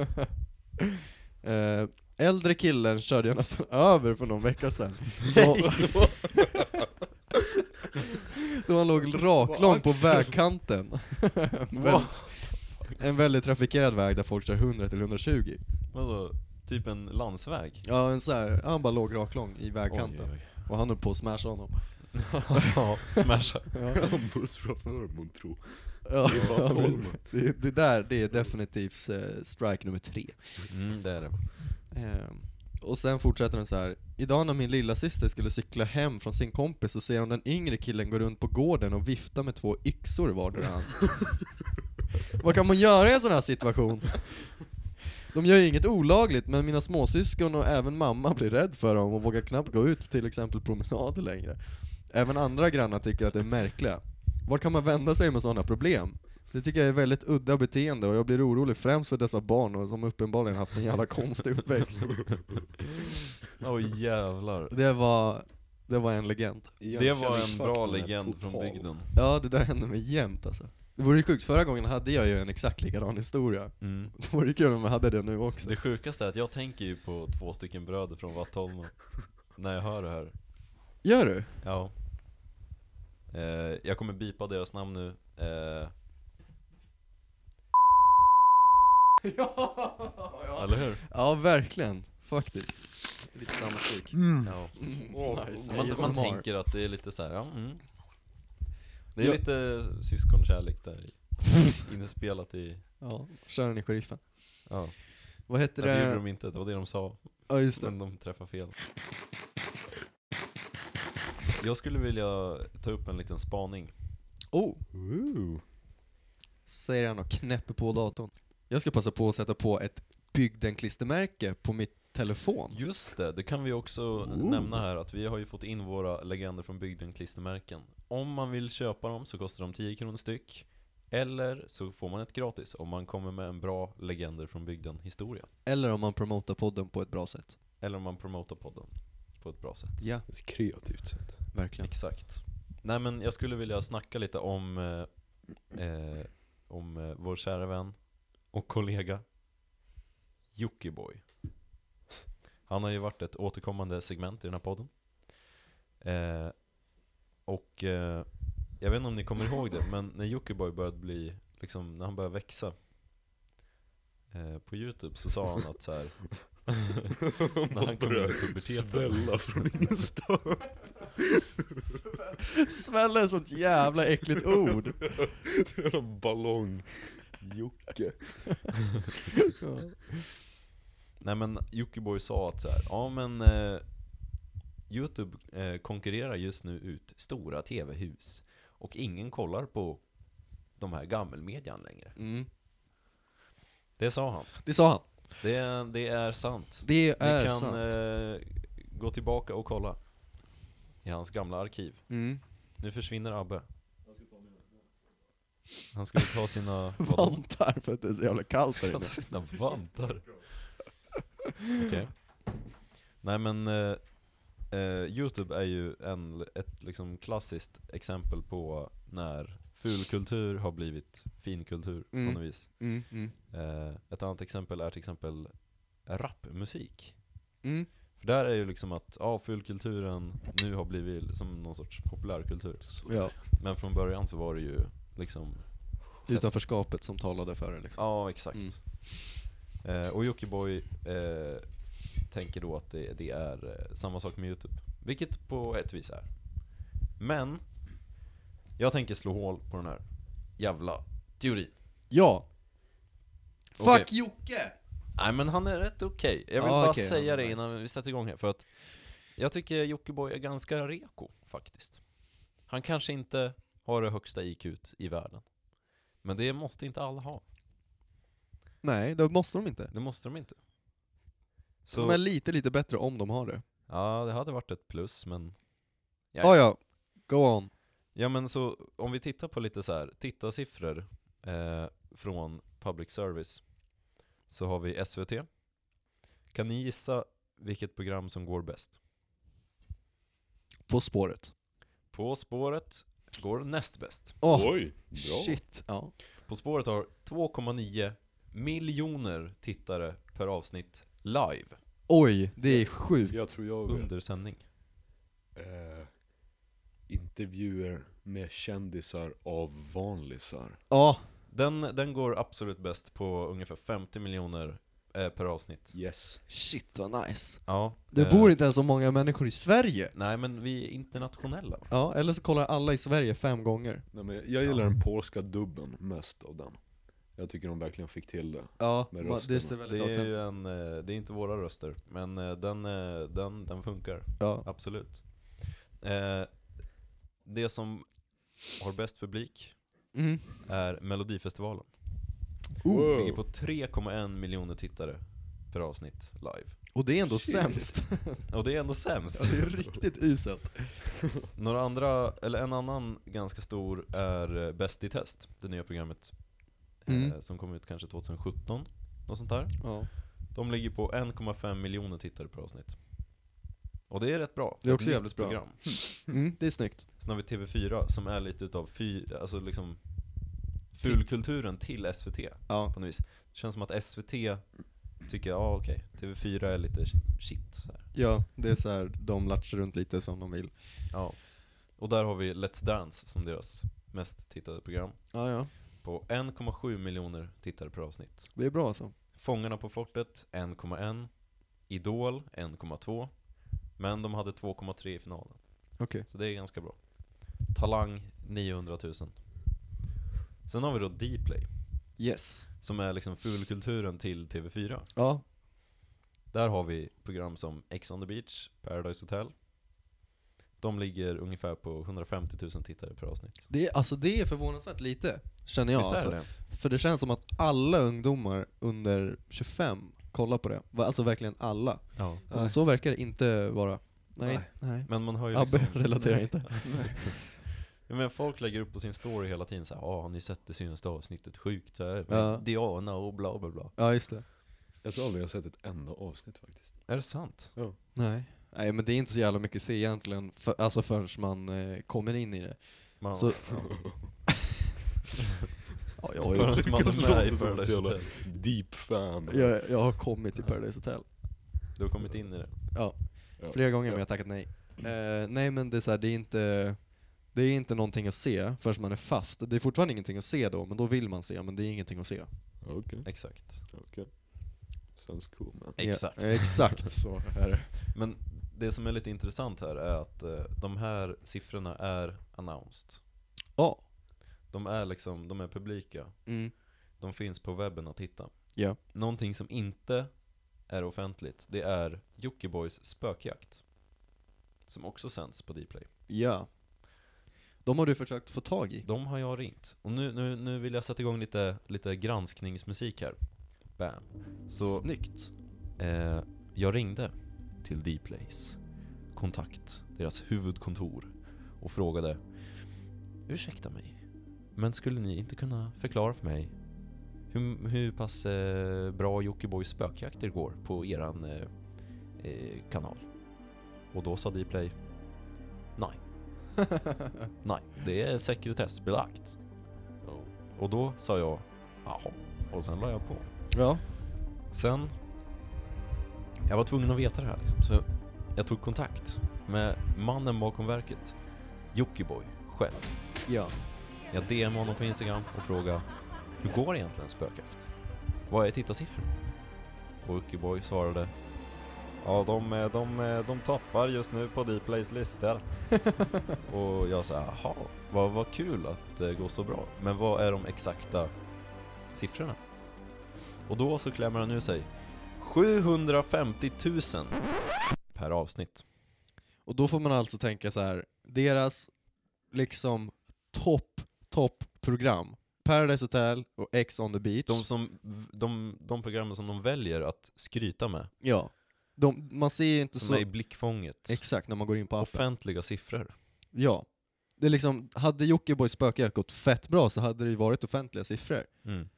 C: Ehm, äldre killen körde jag nästan över för någon vecka sedan. Då, då han låg raklång på vägkanten. en, väl, en väldigt trafikerad väg där folk kör 100-120.
A: Vadå? Typ en landsväg?
C: Ja, en så här, han bara låg raklång i vägkanten.
A: Oj,
C: Och han höll på att smasha honom.
A: Ja, smasha.
D: En buss framför man tror.
C: Ja,
D: Det är bara
C: ja, men
D: tolv.
C: det, det där, det är definitivt eh, strike nummer tre.
A: Mm, det är det.
C: Ehm, och sen fortsätter den så här. Idag när min lilla syster skulle cykla hem från sin kompis så ser hon den yngre killen gå runt på gården och vifta med två yxor i vardera hand. Vad kan man göra i en sån här situation? De gör ju inget olagligt, men mina småsyskon och även mamma blir rädd för dem och vågar knappt gå ut på till exempel promenader längre. Även andra grannar tycker att det är märkliga. Vart kan man vända sig med sådana problem? Det tycker jag är väldigt udda beteende och jag blir orolig främst för dessa barn och som uppenbarligen haft en jävla konstig uppväxt.
A: Åh jävlar.
C: Det var, det var en legend.
A: Det var en bra legend från bygden.
C: Ja, det där hände mig jämt alltså. Det vore ju sjukt, förra gången hade jag ju en exakt likadan historia.
A: Mm.
C: Det vore ju kul om jag hade det nu också.
A: Det sjukaste är att jag tänker ju på två stycken bröder från Vattholma när jag hör det här.
C: Gör du?
A: Ja. Eh, jag kommer bipa deras namn nu. Eh,
C: ja.
A: Eller hur?
C: ja, verkligen. Faktiskt. Lite samma stuk.
A: Ja.
C: Nice.
A: Man,
C: ASMR.
A: man tänker att det är lite så här, ja, mm. Det är
C: Ja.
A: lite syskonkärlek där i. Inspelat i...
C: Ja, kör den i sheriffen.
A: Ja.
C: Vad
A: Det,
C: heter
A: det gjorde
C: det?
A: de inte, det var det de sa.
C: Ja, just det.
A: Men de träffade fel. Jag skulle vilja ta upp en liten spaning.
C: Oh!
D: Ooh.
C: Säger han och knäpper på datorn. Jag ska passa på att sätta på ett bygden-klistermärke på mitt telefon.
A: Just det, det kan vi också nämna här att vi har ju fått in våra legender från bygden klistermärken. Om man vill köpa dem så kostar de 10 kronor styck. Eller så får man ett gratis om man kommer med en bra legender från bygden historia.
C: Eller om man promotar podden på ett bra sätt.
A: Eller om man promotar podden på ett bra sätt.
C: Ja,
D: Ett kreativt sätt.
C: verkligen.
A: Exakt. Nej men jag skulle vilja snacka lite om, eh, eh, om eh, vår kära vän och kollega Jockiboi. Han har ju varit ett återkommande segment i den här podden. Eh, och eh, jag vet inte om ni kommer ihåg det, men när Jockiboi började bli, liksom, när han började växa eh, på Youtube så sa han att så här. när han kom in i puberteten.
D: svälla från ingenstans.
C: Svälla är sånt jävla äckligt ord.
D: Det är en ballong. Jocke.
A: Nej men Jockiboi sa att så här, ja men eh, Youtube eh, konkurrerar just nu ut stora tv-hus och ingen kollar på de här gammelmedian längre.
C: Mm.
A: Det sa han.
C: Det sa han.
A: Det, är- det är sant.
C: Det
A: Ni
C: är
A: kan
C: sant.
A: Eh, gå tillbaka och kolla i hans gamla arkiv.
C: Mm.
A: Nu försvinner Abbe. Han skulle ta sina... vadå?
C: Vantar för att det är så jävla kallt här
A: Han
C: inne.
A: ska ta sina vantar. Okej. Nej men, eh, eh, Youtube är ju en, ett liksom klassiskt exempel på när fulkultur har blivit finkultur
C: Mm.
A: på något vis.
C: Mm, mm,
A: Eh, ett annat exempel är till exempel rapmusik.
C: mm.
A: För där är ju liksom att, ja, fulkulturen nu har blivit som någon sorts populärkultur.
C: Ja.
A: Men från början så var det ju liksom
C: Utanförskapet som typ. talade för det liksom.
A: Ja, exakt.
C: Mm.
A: Eh, och Jockiboi eh, tänker då att det, det är eh, samma sak med Youtube. Vilket på ett vis är. Men, jag tänker slå hål på den här jävla teorin.
C: Ja. Fuck
A: Okej.
C: Jocke!
A: Nej men han är rätt okej. Jag vill
C: Ja,
A: bara
C: okej,
A: säga
C: ja,
A: det
C: nice.
A: innan vi sätter igång här, för att jag tycker Jockiboi är ganska reko faktiskt. Han kanske inte har det högsta IQt i världen. Men det måste inte alla ha.
C: Nej, det måste de inte.
A: Det måste de inte. Så,
C: De är lite, lite bättre om de har det.
A: ja det hade varit ett plus men... Ja,
C: Ja, ja. Go on.
A: Ja men så, om vi tittar på lite så här, tittarsiffror eh, från public service Så har vi SVT Kan ni gissa vilket program som går bäst?
C: På spåret.
A: På spåret går näst bäst
C: Åh,
D: Oj, bra.
C: Ah, shit. Ja.
A: På spåret har 2,9 miljoner tittare per avsnitt live
C: Oj, det är sjukt.
D: Jag tror jag vet.
A: under sändning
D: Eh, intervjuer med kändisar av vanlisar.
C: Ja,
A: den, den går absolut bäst på ungefär 50 miljoner eh, per avsnitt
D: Yes.
C: shit vad nice.
A: Ja
C: Det
A: eh,
C: bor inte ens så många människor i Sverige.
A: Nej men vi är internationella va?
C: Ja, eller så kollar alla i Sverige fem gånger.
D: Nej, men jag gillar den polska dubben mest av den. Jag tycker de verkligen fick till det.
C: Ja,
D: Med
C: ma- det
D: rösterna.
C: ser
A: Det
C: väldigt
A: är
C: autentiskt
A: ju en, eh, det är inte våra röster, men eh, den, eh, den, den funkar,
C: Ja.
A: absolut. Eh, Det som har bäst publik
C: Mm. Oh.
A: är Melodifestivalen.
D: Wow.
A: Ligger på 3,1 miljoner tittare per avsnitt live.
C: Och det är ändå
D: Shit.
C: sämst.
A: Och det är ändå sämst.
C: det är riktigt uselt.
A: Några andra, eller en annan ganska stor är eh, Bäst i test, det nya programmet eh,
C: Mm.
A: som kom ut kanske 2017, något sånt där.
C: Ja.
A: De ligger på 1,5 miljoner tittare per avsnitt. Och det är rätt bra.
C: Det är också
A: Ett
C: jävligt
A: nytt
C: bra.
A: program.
C: Mm, det är snyggt.
A: Sen har vi TV4 som är lite utav fy, alltså liksom fulkulturen till SVT
C: Ja.
A: på något vis. Det känns som att SVT tycker, ja ah, okej, TV4 är lite shit så här.
C: Ja, det är så här, de latchar runt lite som de vill.
A: Ja. Och där har vi Let's Dance som deras mest tittade program.
C: Ja, ja.
A: På 1,7 miljoner tittare per avsnitt.
C: Det är bra alltså.
A: Fångarna på fortet 1,1. Idol 1,2. Men de hade 2,3 i finalen.
C: Okej.
A: Så det är ganska bra. Talang 900 000. Sen har vi då Dplay,
C: Yes.
A: som är liksom fulkulturen till TV4.
C: Ja.
A: Där har vi program som Ex on the beach, Paradise Hotel. De ligger ungefär på 150 000 tittare per avsnitt.
C: Det är, alltså det är förvånansvärt lite, känner jag.
A: Visst är
C: alltså.
A: det?
C: För det känns som att alla ungdomar under 25 kollar på det. Va- Alltså verkligen alla.
A: Ja.
C: Men Så verkar det inte vara. Nej,
D: Nej.
C: nej.
A: Men man har ju
C: Abbe
A: liksom...
C: relaterar inte.
A: Jag menar, folk lägger upp på sin story hela tiden såhär ah, har ni sett det senaste avsnittet? Sjukt såhär.
C: Ja.
A: Diana och bla bla bla.
C: Ja, just det.
D: Jag tror aldrig jag har sett ett enda avsnitt faktiskt.
A: Är det sant?
C: Nej. Nej, men det är inte så jävla mycket att se egentligen, för, alltså förrän man eh, kommer in i det.
A: Man,
C: Så,
A: ja,
D: jag har ju-
A: förrän man
D: Lyckas
A: är med i
D: låta som ett
A: Paradise
D: jävla-
A: Hotel.
D: Deep fan.
C: jag, jag har kommit till Paradise Hotel.
A: Du har kommit in i det.
D: Ja.
C: Flera gånger men jag har tackat nej. Eh, nej men det är så här, det är inte det är inte någonting att se förrän man är fast. Det är fortfarande ingenting att se då, men då vill man se, men det är ingenting att se.
D: Okej,
A: Exakt.
D: okej. Sounds cool man.
A: Exakt.
C: Ja, eh, exakt så är det.
A: eh, Men det som är lite intressant här är att eh, de här siffrorna är announced.
C: Ja.
A: De är liksom, de är publika.
C: Mm.
A: De finns på webben att hitta.
C: Ja.
A: Någonting som inte är offentligt, det är Jockibois spökjakt. Som också sänds på Dplay.
C: Ja. De har du försökt få tag i.
A: De har jag ringt. Och nu, nu, nu vill jag sätta igång lite, lite granskningsmusik här. Bam. Så
C: Snyggt.
A: Eh, jag ringde till Dplays kontakt, deras huvudkontor, och frågade Ursäkta mig, men skulle ni inte kunna förklara för mig hur, hur pass eh, bra Jockibois spökjakter går på eran eh, eh, kanal? Och då sa Dplay Nej, nej, det är sekretessbelagt. Och då sa jag Jaha, och sen la jag på.
C: ja.
A: Sen, jag var tvungen att veta det här liksom, så jag tog kontakt med mannen bakom verket, Jockiboi, själv.
C: Ja.
A: Jag DMade honom på Instagram och frågade, hur går det egentligen spökjakt? Vad är tittarsiffrorna? Och Jockiboi svarade, Ja, de, eh, de, eh, de toppar just nu på Dplays listor. och jag sa, jaha, vad, vad kul att det går så bra. Men vad är de exakta siffrorna? Och då så klämmer han nu sig 750 000 per avsnitt.
C: Och då får man alltså tänka så här, deras liksom topp, topp program. Paradise Hotel och X on the beach.
A: De, som, de, de programmen som de väljer att skryta med,
C: ja. De, man ser ju inte
A: som
C: så...
A: är i blickfånget.
C: Exakt, när man går in på appen.
A: Offentliga siffror.
C: Ja. Det är liksom, hade Jockiboi spökjakt gått fett bra så hade det ju varit offentliga siffror.
A: Mm.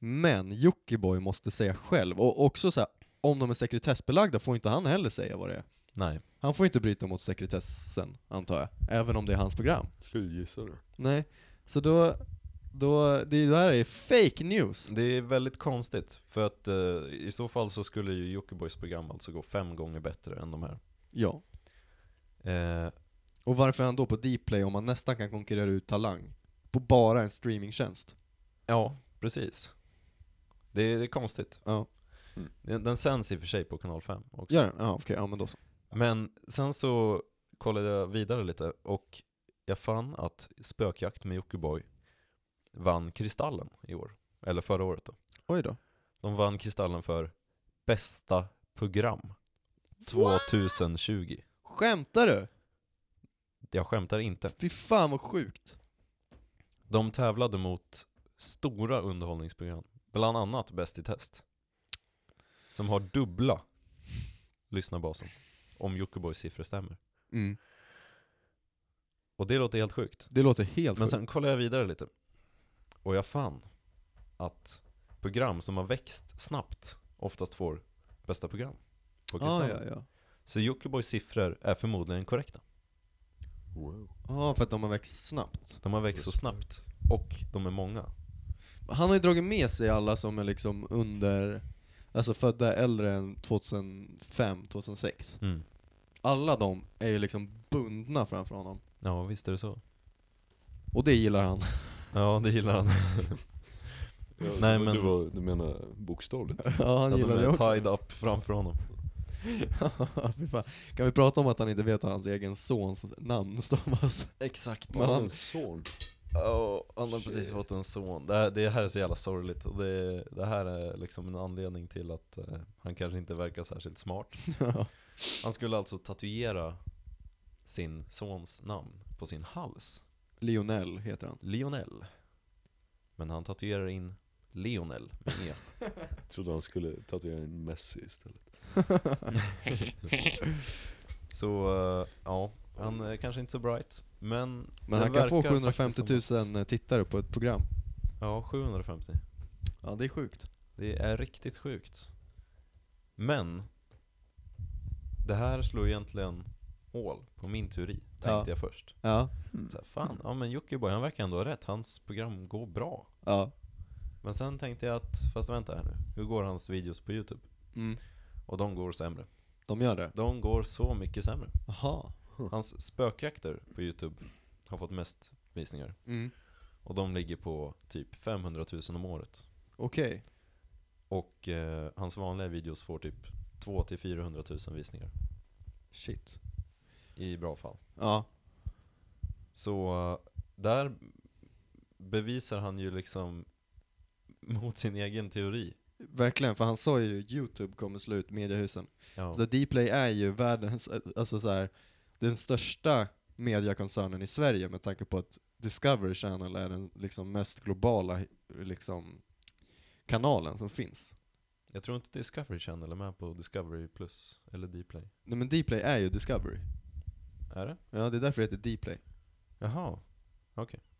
C: Men Jockiboi måste säga själv, och också så här, om de är sekretessbelagda får inte han heller säga vad det är.
A: Nej.
C: Han får inte bryta mot sekretessen, antar jag. Även om det är hans program.
D: Tjuvgissar du?
C: Nej. Så då, då, det där är fake news.
A: Det är väldigt konstigt, för att eh, i så fall så skulle ju Jockibois program alltså gå fem gånger bättre än de här.
C: Ja.
A: Eh,
C: Och varför är han då på Dplay om han nästan kan konkurrera ut Talang? På bara en streamingtjänst.
A: ja, precis. Det är, det är konstigt. Mm.
C: Ja.
A: Den, den sänds i och för sig på kanal 5 också.
C: Gör den? Ja, okej. Ja, men då så.
A: Men sen så kollade jag vidare lite och jag fann att Spökjakt med Jockiboi vann Kristallen i år. Eller förra året då.
C: Oj då.
A: De vann Kristallen för bästa program 2020.
C: Skämtar du?
A: Jag skämtar inte.
C: Fy fan vad sjukt.
A: De tävlade mot stora underhållningsprogram. Bland annat Bäst i test. Som har dubbla lyssnarbasen. Om Jockibois siffror stämmer.
C: Mm.
A: Och det låter helt sjukt.
C: Det låter helt
A: Men
C: sjukt.
A: sen kollade jag vidare lite. Och jag fann att program som har växt snabbt oftast får bästa program. På
C: ah,
A: Kristallen.
C: ja, ja.
A: Så Jockibois siffror är förmodligen korrekta.
D: Wow.
C: Ja, för att de har växt snabbt.
A: De har växt så
D: Just det.
A: snabbt. Och de är många.
C: Han har ju dragit med sig alla som är liksom under, alltså födda äldre än 2005, 2006.
A: Mm.
C: Alla de är ju liksom bundna framför honom.
A: Ja, visst är det så.
C: Och det gillar han.
A: Ja, det gillar han.
D: Ja,
A: Nej,
D: du,
A: men-
D: du, var, du menar bokstavligt?
C: ja,
A: Att
C: han
A: de
C: gillar det
A: är
C: också.
A: tied up framför honom.
C: Fy fan. kan vi prata om att han inte vet hur hans egen sons namn stavas?
A: Exakt. Oh,
C: Men han-
D: Hans son.
A: han har precis fått en son. Det här, det här är så jävla sorgligt. Och det, det här är liksom en anledning till att eh, han kanske inte verkar särskilt smart.
C: Ja.
A: Han skulle alltså tatuera sin sons namn på sin hals.
C: Lionel heter han.
A: Lionel. Men han tatuerar in Lionel med E.
D: Jag trodde han skulle tatuera in Messi istället.
A: Så eh, ja, han är kanske inte så bright. Men,
C: Men
A: det
C: han kan få
A: verkar
C: 750
A: faktiskt som
C: 000 tittare på ett program.
A: att- Ja, 750.
C: Ja, det är sjukt.
A: Det är riktigt sjukt. Men, det här slår egentligen hål på min teori, tänkte
C: Ja.
A: jag först.
C: Ja,
A: Så här, fan, ja men Jockiboi han verkar ändå ha rätt. Hans program går bra.
C: ja.
A: Men sen tänkte jag att, fast vänta här nu. Hur går hans videos på YouTube?
C: Mm.
A: Och de går sämre.
C: De gör det.
A: De går så mycket sämre.
C: Jaha.
A: Hans spökjakter på YouTube har fått mest visningar.
C: Mm.
A: Och de ligger på typ 500 000 om året.
C: Okej.
A: Och eh, hans vanliga videos får typ 200-400 000 visningar.
C: Shit.
A: I bra fall.
C: Ja.
A: Så eh, där bevisar han ju liksom mot sin egen teori.
C: Verkligen, för han sa ju Youtube kommer slå ut mediehusen.
A: Ja.
C: Så Dplay är ju världens, alltså så här, den största mediakoncernen i Sverige med tanke på att Discovery Channel är den liksom mest globala liksom, kanalen som finns.
A: Jag tror inte Discovery Channel är med på Discovery Plus eller Dplay.
C: Nej men Dplay är ju Discovery.
A: Är det?
C: Ja, det är därför det heter Dplay.
A: Jaha.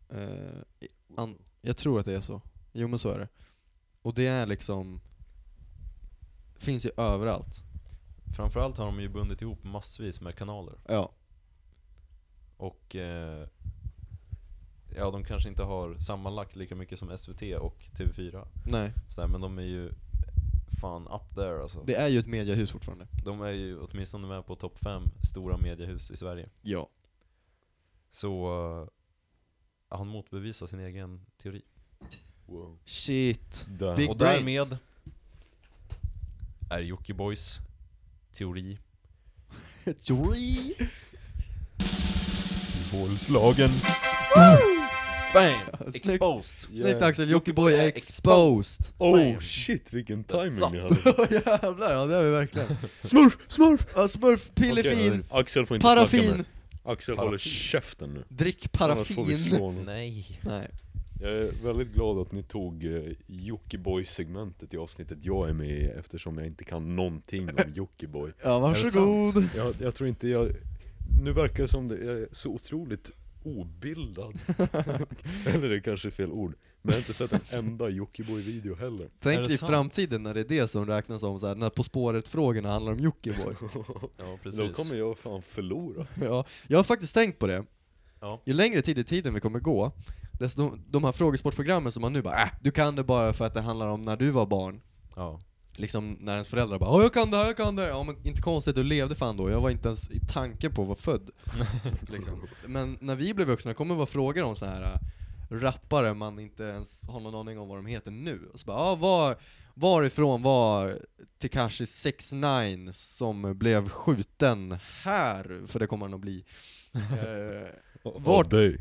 C: Eh, i- an- jag tror att det är så. Jo men så är det. Och det är liksom, finns ju överallt.
A: Framförallt har de ju bundit ihop massvis med kanaler.
C: Ja,
A: Och eh, ja, de kanske inte har sammanlagt lika mycket som SVT och TV4.
C: nej.
A: Så där, men de är ju fan up there alltså.
C: Det är ju ett mediahus fortfarande.
A: De är ju åtminstone med på topp 5 stora mediehus i Sverige.
C: Ja.
A: Så eh, han motbevisar sin egen teori.
D: Wow.
C: Shit.
D: Där.
C: Big
A: och
C: brains.
A: därmed är Jockibois teori.
C: Joy!
A: Hålslagen. Bam! Exposed.
C: Snyggt Axel, Jockiboi är exposed!
D: Oh shit vilken timing ni hade.
C: Jävlar, ja det är vi verkligen.
D: Smurf, smurf!
C: Ja, smurf, pillefin,
D: Axel får inte snacka
C: paraffin,
D: med Axel håller käften nu.
C: drick
D: Annars får vi slå
C: paraffin.
D: honom.
A: Nej.
C: Nej.
D: Jag är väldigt glad att ni tog eh, Jockiboi-segmentet i avsnittet jag är med i eftersom jag inte kan någonting om Jockiboi.
C: Ja,
D: Är det
C: varsågod.
D: sant? Jag, jag tror inte jag... Nu verkar det som det jag är så otroligt obildad. Eller det är kanske är fel ord. Men jag har inte sett en enda Jockiboi-video heller.
A: Är
C: Tänk
A: det
C: i
A: sant?
C: framtiden när det är det som räknas om så här, när På spåret-frågorna handlar om Jockiboi.
A: Ja, precis.
D: Då kommer jag fan förlora.
C: Ja, jag har faktiskt tänkt på det.
A: Ja.
C: Ju längre tid i tiden vi kommer gå, desto de här frågesportprogrammen som man nu bara äh, du kan det bara för att det handlar om när du var barn.
A: Ja.
C: Liksom när ens föräldrar bara "Ja, jag kan det här, jag kan det här." Ja men inte konstigt, du levde fan då. Jag var inte ens i tanken på att vara född. liksom. Men när vi blir vuxna kommer det vara frågor om så här äh, rappare man inte ens har någon aning om vad de heter nu. Och så bara, ja, var, varifrån var Tekashi 69 som blev skjuten här? För det kommer han att bli. Eh, Vart-
D: Av dig.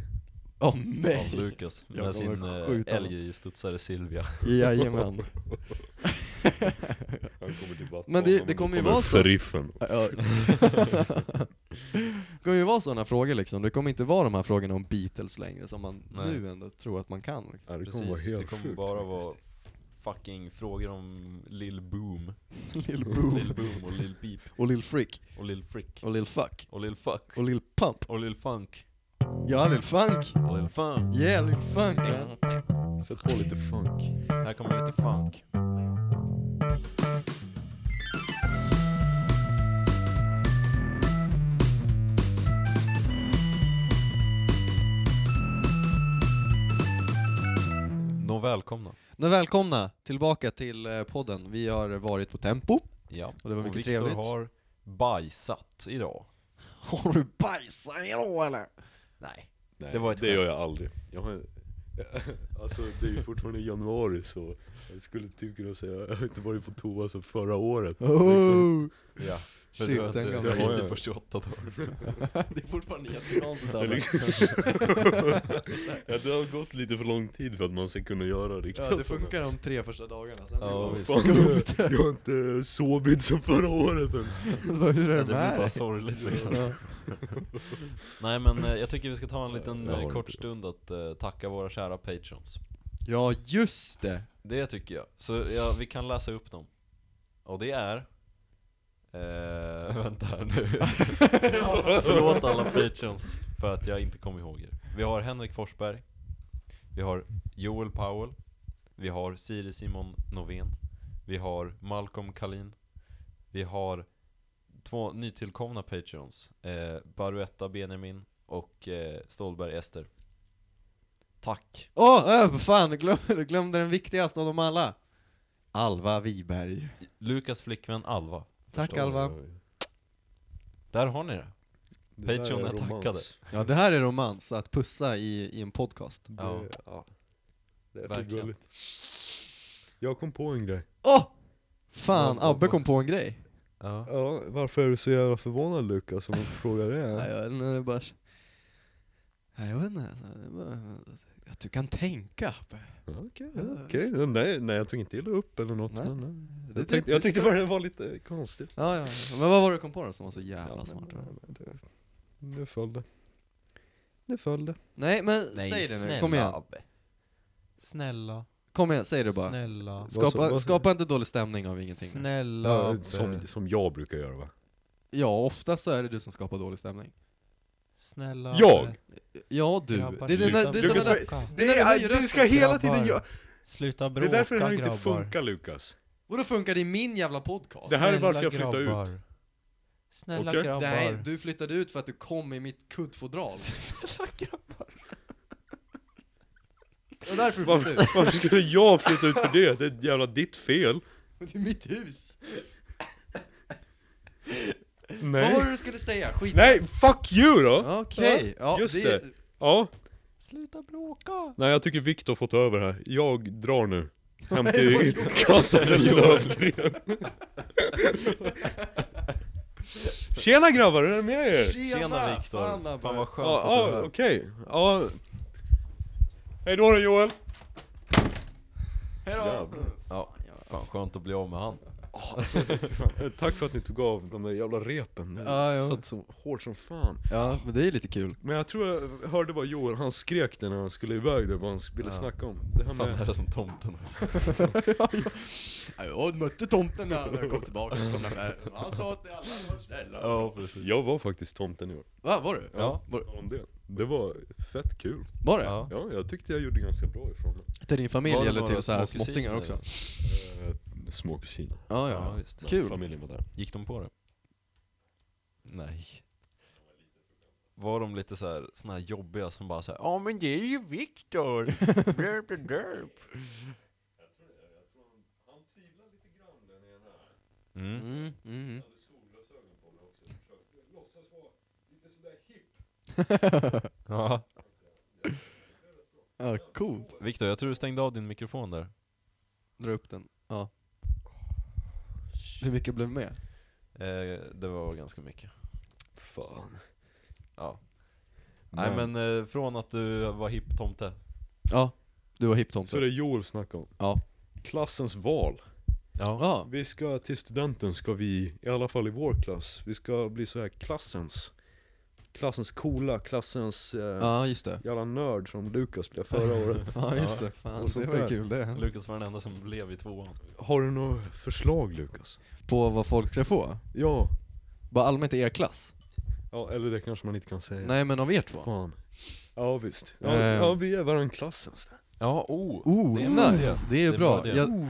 C: Åh
A: Av
C: nej!
A: Lukas
C: Jag
A: med sin
C: kommer
A: eh,
C: skjuta honom.
A: älgstudsare Silvia.
C: Jajamän.
D: Han kommer tillbaka.
C: Men det- det kommer ju vara så.
D: Sheriffen.
C: Ja. det kommer ju vara sådana frågor liksom, det kommer inte vara de här frågorna om Beatles längre som man
A: Nej.
C: nu ändå tror att man kan. Liksom.
D: Ja, det kommer vara
A: Precis.
D: helt
A: Det kommer
D: sjukt
A: bara vara
D: faktiskt.
A: fucking frågor om Lil Boom.
C: Lil Boom,
A: Lil Boom och Lil Beep
C: och Lil Freak,
A: och Lil Frick
C: och Lil Fuck,
A: och Lil Fuck
C: och Lil Pump.
A: och Lil Funk
C: Ja, Lil Funk!
A: och Lil Funk.
C: Yeah, Lil Funk! man.
D: Sätt på lite funk.
A: Här kommer lite funk. Nå välkomna.
C: Men välkomna tillbaka till eh, podden. Vi har varit på Tempo.
A: Ja,
C: Och det var mycket
A: Viktor
C: trevligt.
A: har bajsat idag.
C: Har du bajsat idag eller?
A: Nej.
D: Nej,
A: Det
D: det,
A: var ett
D: gör
A: skämt.
D: jag aldrig. Jag har, alltså det är ju fortfarande januari så jag skulle typ kunna säga jag har inte varit på toa som förra året. liksom.
C: Oh.
A: Ja.
C: Shit, den
A: det,
C: gamla.
A: det var
D: Ja.
A: inte på 28 dagar.
C: det är fortfarande jättekonstigt
D: Det är
C: Abbe.
D: liksom- ja, det har gått lite för lång tid för att man ska kunna göra riktigt
C: liksom- Ja, det
D: sådana.
C: funkar de tre första dagarna, sen
A: Ja,
C: blir det
A: visst.
C: bara
D: Fan, jag, jag har inte sovit som förra året än.
C: skumt. Hur
A: Det
C: är det
A: blir
C: med
A: bara
C: dig?
A: sorgligt liksom.
C: Ja.
A: Nej men eh, jag tycker vi ska ta en liten
D: Jag
A: eh,
D: har
A: kort
D: inte.
A: stund att eh, tacka våra kära patrons.
C: Ja, just det!
A: Det tycker jag. Så ja, vi kan läsa upp dem. Och det är... Eh, vänta här nu. Förlåt alla patrons för att jag inte kommer ihåg er. Vi har Henrik Forsberg. Vi har Joel Powell. Vi har Siri Simon Novén. Vi har Malcolm Kalin. Vi har två nytillkomna patrons. Eh, Baruetta Benjamin och eh, Stålberg Ester. Tack!
C: Åh, oh, fan, jag glömde, jag glömde den viktigaste av dem alla! Alva Wiberg.
A: Lukas flickvän Alva.
C: Tack
A: Förstås.
C: Alva.
A: Där har ni det.
D: Det Alltså,
A: Patreon
D: där är
A: är
D: romans.
A: tackade.
C: Ja, det här är romans, att pussa i, i en podcast.
D: Det,
A: Ja.
D: ja. det är för
A: Verkligen.
D: gulligt. Jag kom på en grej.
C: Åh! Oh! Fan, Abbe kom på en grej.
A: Ja.
D: Ja, varför är du så jävla förvånad Lukas om du frågar
C: Nej,
D: det?
C: jag, nej, det är bara... Nej, jag vet inte. alltså, det är bara- Att du kan tänka, Abbe.
D: Ja, Okej, okej. Nej, nej jag tog inte illa upp eller något.
C: Nej.
D: men,
C: Det
D: nej.
C: typ
D: Jag tyckte, jag tyckte bara det var lite konstigt.
C: Ja, ja, ja. men vad var det du kom på då som var så jävla
D: men-
C: smart?
D: nej, men det- Nu föll det. Nu föll det.
C: Nej, men säg det nu, kom igen.
A: Abbe. Snälla,
C: Kom igen, säg det bara.
A: snälla,
D: Vad så-
C: Skapa,
D: vad-
C: skapa inte dålig stämning av ingenting. nu.
A: snälla
D: Ja,
A: Abbe.
D: som, som jag brukar göra va?
C: Ja, oftast så är det du som skapar dålig stämning.
A: Snälla
D: Jag?
A: Abbe.
C: Ja, du. Det är,
A: Grabbar,
C: det, är- det,
A: sluta
C: är som
D: Lukas,
C: den där-
D: vad-
A: bråka.
C: det är när du höjer rösten.
D: hela
A: grabbar.
D: göra-
A: Sluta
D: Det är
A: bråka
D: därför det här
A: grabbar.
D: inte funkar Lukas.
C: Vadå funkar det i min jävla podcast?
D: Det här är varför jag
A: Snälla
D: flyttade ut.
A: grabbar. Snälla
D: Okej.
A: grabbar.
C: Nej, du flyttade ut för att du kom i mitt kuddfodral. Det var därför du flyttade ut.
D: Varför, varför skulle jag flytta ut för det? Det är jävla ditt fel.
C: Det är mitt hus. Vad var
D: Nej.
C: det du skulle säga? Skit
D: Nej, fuck you då!
C: Okej, ja,
D: Just
C: det,
D: det. Ja.
A: Sluta bråka.
D: Nej jag tycker Viktor fått över här. Jag drar nu. Hem till kastaren Lövgren. Tjena grabbar, hur är det med er?
A: Tjena Viktor! Fan vad skönt
D: Ja,
A: att du är
D: ja,
A: här.
D: okej. Ja. Hej då då Joel!
C: Hejdå!
D: Jävlar.
A: Ja, fan skönt att bli av med han.
D: Eh, Tack för att ni tog av de där jävla repen. Det
C: Ja, ja.
D: satt så hårt som fan.
C: Ja, men det är lite kul.
D: Men jag tror jag hörde vad Joel, han skrek det när han skulle iväg där, vad han ville snacka om. Det här
A: Fan
D: med...
A: nära som tomten alltså.
C: Ja, Jag mötte tomten när jag kom tillbaka från affären. Han sa att alla var snälla.
A: Ja precis.
D: Jag var faktiskt tomten i år.
C: Va, var du?
A: Ja.
C: Var,
D: Om det. det var fett kul.
C: var det?
A: Ja.
D: Ja, jag tyckte jag gjorde ganska bra ifrån mig.
C: Till din familj
A: Var det
C: eller
A: några
C: till så här
A: små kusiner?
C: småttingar också?
D: Eh, Små kusiner.
C: Ja,
A: Ja,
C: ja.
A: visst.
C: Kul.
D: Familjen var där.
A: Gick de på det? Nej. Var de lite så här, såna här jobbiga som bara såhär Ja men det är ju Viktor! Derp, derp, derp. Mm.
C: Mm, mm.
A: Ja.
C: Ja, coolt.
A: Viktor, jag tror du stängde av din mikrofon där.
C: Dra upp den. Ja. Hur mycket blev med?
A: Eh, det var ganska mycket.
D: Fan.
A: Ja. Nej men eh, från att du var hipp tomte.
C: Ja, du typ? var
D: Så det
C: hipptomte.
D: är Joel snackade om.
C: Ja.
D: Klassens val.
A: Ja.
C: Ja,
D: Vi ska till studenten ska vi, i alla fall i vår klass, vi ska bli så här klassens. Klassens coola, klassens eh,
C: ja just det.
D: jävla nörd som Lukas blev förra året.
C: Ja, just det. Fan,
D: och
C: det
D: sånt
C: var ju
D: där.
C: kul det.
A: Lukas var den enda som blev i tvåan.
D: Har du några förslag Lukas?
C: På vad folk ska få?
D: Ja.
C: Bara allmänt i er klass?
D: Ja, eller det kanske man inte kan säga.
C: Nej, men av er två?
D: Fan. Ja visst. Ja,
C: Eh.
D: ja vi är varann klassens där.
A: Ja, oh!
C: Oh,
A: Det är en bra idé.
C: nice! Det är,
A: en
C: bra.
A: idé.
C: Jag,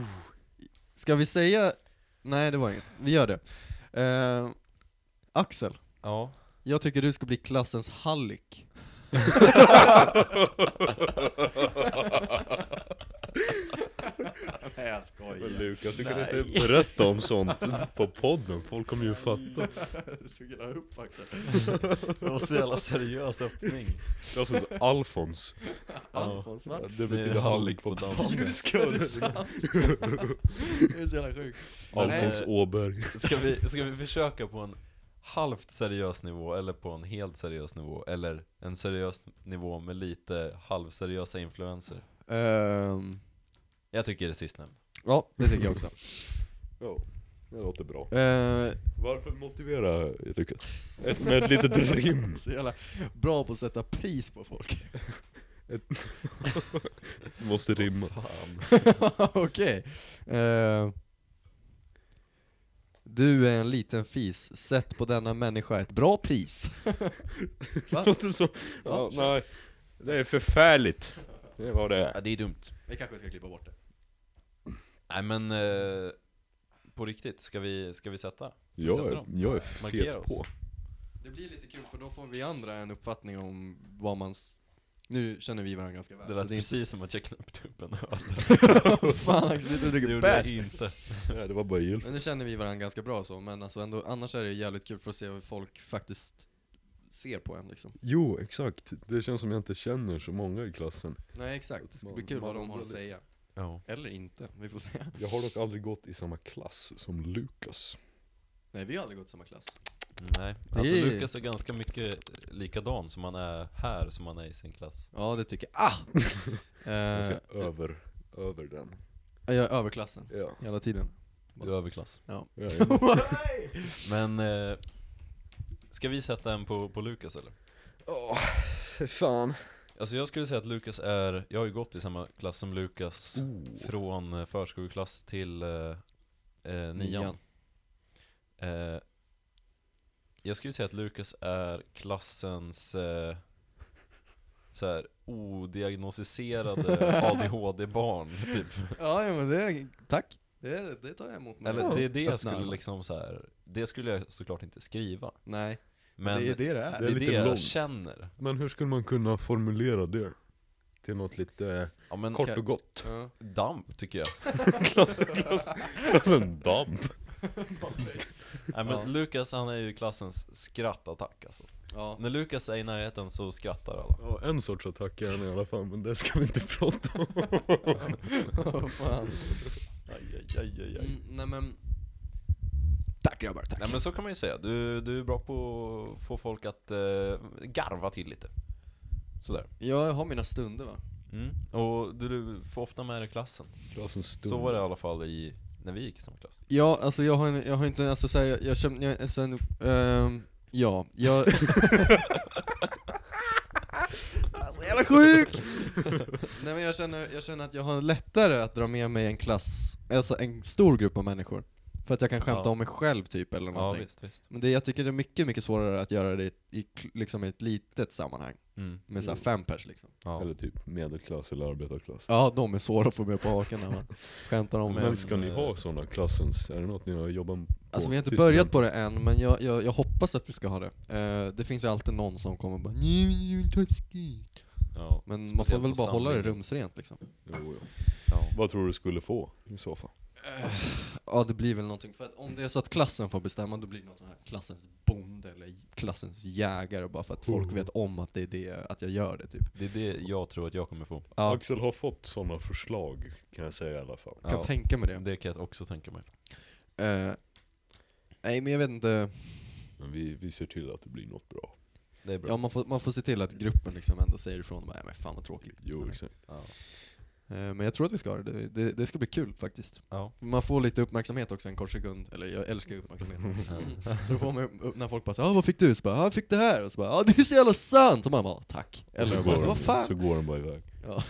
C: ska vi säga... Nej, det var inget. Vi gör det. Eh, Axel,
A: Ja.
C: jag tycker du ska bli klassens hallick. Nej, jag
D: Men
C: skojar.
D: Lukas, du kan inte berätta om sånt på podden, folk kommer ju fatta.
C: Jag tog illa upp Axel.
A: Det var så jävla seriös öppning.
D: Klassens Alfons.
C: Alfons, va?
D: Det betyder hallick på danska.
C: Just det, det är sant. Det är så jävla sjukt.
D: Alfons
A: Nej.
D: Åberg.
A: Ska vi, ska vi försöka på en halvt seriös nivå, eller på en helt seriös nivå, eller en seriös nivå med lite halvseriösa influenser?
C: Ehm,
A: Jag tycker det sistnämnda.
C: ja, det tycker jag också.
D: Ja, det låter bra.
C: Ehm,
D: Varför motivera Lukas? Ett, med ett litet rim.
C: så jävla bra på att sätta pris på folk.
D: Ett, måste rimma.
C: Okej. Eh, du är en liten fis, sätt på denna människa ett bra pris. Va?
D: Låter så. Ja,
C: Ja, kör.
D: nej. Det är förfärligt. Det var det.
A: Ja, det är dumt.
C: Vi kanske ska klippa bort det.
A: Nej men, eh, på riktigt, ska vi, ska vi sätta? Ska vi
D: Jag
A: sätta
D: är,
A: dem?
D: jag är
A: Markera
D: fet
A: oss.
D: på.
C: Det blir lite kul för då får vi andra en uppfattning om vad man... s- Nu känner vi varandra ganska väl.
A: Det
C: så
A: lät
C: Alltså, det är
A: precis som att jag knäppte upp en öl.
C: inte... Fan Axel, du
A: Det
C: dricker
A: gjorde jag
C: bärs!
A: inte.
D: Nej, det var bara gillt.
C: Men nu känner vi varandra ganska bra så, men alltså ändå, annars är det jävligt kul för att se vad folk faktiskt ser på en liksom.
D: Jo, exakt. Det känns som jag inte känner så många i klassen.
C: Nej exakt, det ska bli kul vad de har att säga.
A: Ja.
C: Eller inte, vi får se.
D: Jag har dock aldrig gått i samma klass som Lukas.
C: Nej vi har aldrig gått i samma klass.
A: Nej, alltså
C: Det är-
A: Lukas är ganska mycket likadan som han är här som han är i sin klass.
C: Ja det tycker jag. Ah!
D: Jag
C: Eh,
D: ska över, över den.
C: jag är överklassen,
D: Ja.
C: hela tiden.
A: Du är överklass.
D: Jag är-
A: Men, eh, ska vi sätta en på, på Lukas eller?
D: Åh, för fan.
A: Alltså jag skulle säga att Lukas är, jag har ju gått i samma klass som Lukas från eh, förskoleklass till eh, eh, nian. Eh, jag skulle säga att Lukas är klassens eh, så här, odiagnostiserade ADHD-barn typ.
C: Ja, ja men det, tack. Det, det tar jag emot. med.
A: Eller det är det jag
C: Öppna
A: skulle
C: ögon.
A: liksom så här. det skulle jag såklart inte skriva.
C: Nej,
A: Men
C: det är det det är.
A: det, är
D: lite
A: det jag
D: långt.
A: känner.
D: Men hur skulle man kunna formulera det? Till något lite eh,
A: Ja men
D: kort och gott.
C: Ja.
A: damp tycker jag.
D: Alltså en damp.
A: Nej men
C: Ja.
A: Lukas han är ju klassens skrattattack alltså.
C: ja.
A: När Lukas är i närheten så skrattar alla.
D: Ja, en sorts attack är den i alla fall, men det ska vi inte prata om.
C: Vad fan.
A: Aj, aj, aj, aj, aj.
C: Mm, nej men, Tack grabbar, tack.
A: Nej men så kan man ju säga, du, du är bra på att få folk att eh, garva till lite Sådär
C: Jag har mina stunder va?
A: mm. Och du får ofta med dig klassen
D: Klasen stod.
A: Så var det i alla fall i, när vi gick i samma klass
C: Ja, alltså jag har, en, jag har inte, alltså såhär, jag, jag känner, jag, alltså, en, ehm, ja, jag... alltså jävla sjuk! Nej men jag känner, jag känner att jag har lättare att dra med mig en klass, alltså en stor grupp av människor. För att jag kan skämta
A: Ja.
C: om mig själv typ eller
A: Ja
C: någonting.
A: visst, visst
C: men det, jag tycker det är mycket, mycket svårare att göra det i, i kl- liksom i ett litet sammanhang.
A: mm.
C: Med såhär fem pers liksom.
A: ja.
D: Eller typ medelklass eller arbetarklass.
C: Ja, de är svåra att få med på haken när man skämtar om
A: Men-
D: Men, ska
C: eh,
D: ni ha sådana klassens? Är det något ni har jobbat på?
C: Alltså vi har inte
D: Tyskland?
C: börjat på det än, men jag, jag, jag hoppas att vi ska ha det. Eh, det finns ju alltid någon som kommer och bara "Nej, men det är ju taskigt."
A: Ja.
C: Men man får
A: Speciellt
C: väl
A: på
C: bara hålla det
A: samlingen.
C: rumsrent liksom.
D: Jo, jo.
A: ja.
D: Vad tror du skulle få i så fall?
C: Ja det blir väl någonting, för att om det är så att klassen får bestämma då blir det något sånt här klassens bonde eller klassens jägare bara för att
D: Mm.
C: folk vet om att det är det, att jag gör det typ.
A: Det är det jag tror att jag kommer få
C: Ja,
D: Axel har fått sådana förslag kan jag säga i alla fall.
C: kan
A: ja.
C: tänka mig det.
A: Det kan jag också tänka mig
C: Eh, nej men jag vet inte,
D: Men vi, vi ser till att det blir något bra.
A: Det är bra
C: ja, man, får, man får se till att gruppen liksom ändå säger ifrån och bara "Nej, men fan vad tråkigt.
D: Jo,
C: Eh,
D: exakt.
A: ja.
C: men jag tror att vi ska ha det, det, det, det ska bli kul faktiskt.
A: Ja.
C: Man får lite uppmärksamhet också en kort sekund, eller jag älskar ju uppmärksamhet. så då får man upp- när folk bara så, ah, vad fick du?' Så bara, ah, jag fick det här' och så bara, ah, det är så jävla sant' och man bara, 'tack'
D: så,
C: Eller jag
D: går
C: bara,
D: den,
C: vad
D: så
C: fan?
D: går den bara iväg.
C: Ja.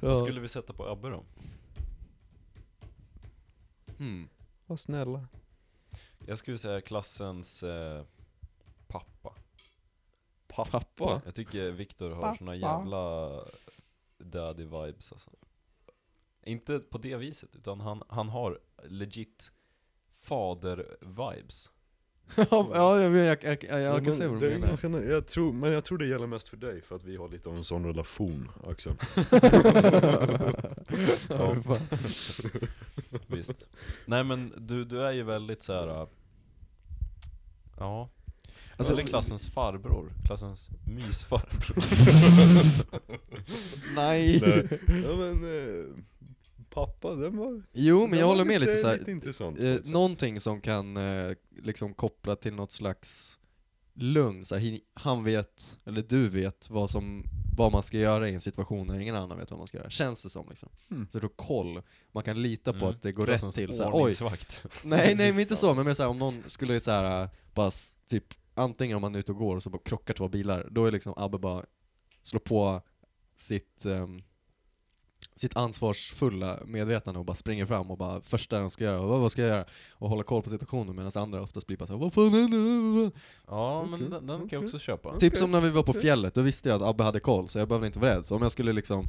A: Vad
C: ja.
A: skulle vi sätta på Abbe då?
C: Hmm.
D: Var snälla.
A: Jag skulle säga klassens eh, pappa
C: Pappa?
A: Jag tycker Viktor har såna jävla daddy vibes alltså. Inte på det viset, utan han, han har legit fader-vibes.
C: ja, jag, jag, jag, jag, jag kan se vad
D: det
C: du
D: är
C: menar.
D: ganska, jag tror, men jag tror det gäller mest för dig, för att vi har lite av en sån relation, Axel.
C: Ja, fan.
A: Visst. Nej men du, du är ju väldigt så här. äh, Ja,
C: Alltså,
A: eller klassens farbror, klassens mysfarbror.
C: nej.
D: Nej. ja, men, eh, pappa, den var...
C: Jo, men
D: den
C: jag
D: var
C: håller med lite, såhär,
D: Lite intressant.
C: eh,
D: alltså.
C: någonting som kan eh, liksom koppla till något slags lugn, så här, hi- han vet, eller du vet, vad, som, vad man ska göra i en situation när ingen annan vet vad man ska göra, känns det som liksom.
D: Mm.
C: Så då koll, man kan lita på
A: Mm.
C: att det går rätt
A: Klassens
C: till, så här, oj,
A: ordningsvakt.
C: nej nej men inte så, men mer så här, om någon skulle så här, äh, bara s- typ, antingen om man är ute och går och så bara krockar två bilar, då är liksom Abbe bara, slå på sitt ehm, sitt ansvarsfulla medvetande och bara springer fram och bara första de ska göra, vad, vad ska jag göra? Och hålla koll på situationen medan andra oftast blir bara såhär, vad fan händer?
A: Ja men den, den kan jag också köpa.
C: Typ som när vi var på fjället, då visste jag att Abbe hade koll så jag behövde inte vara rädd. Så om jag skulle liksom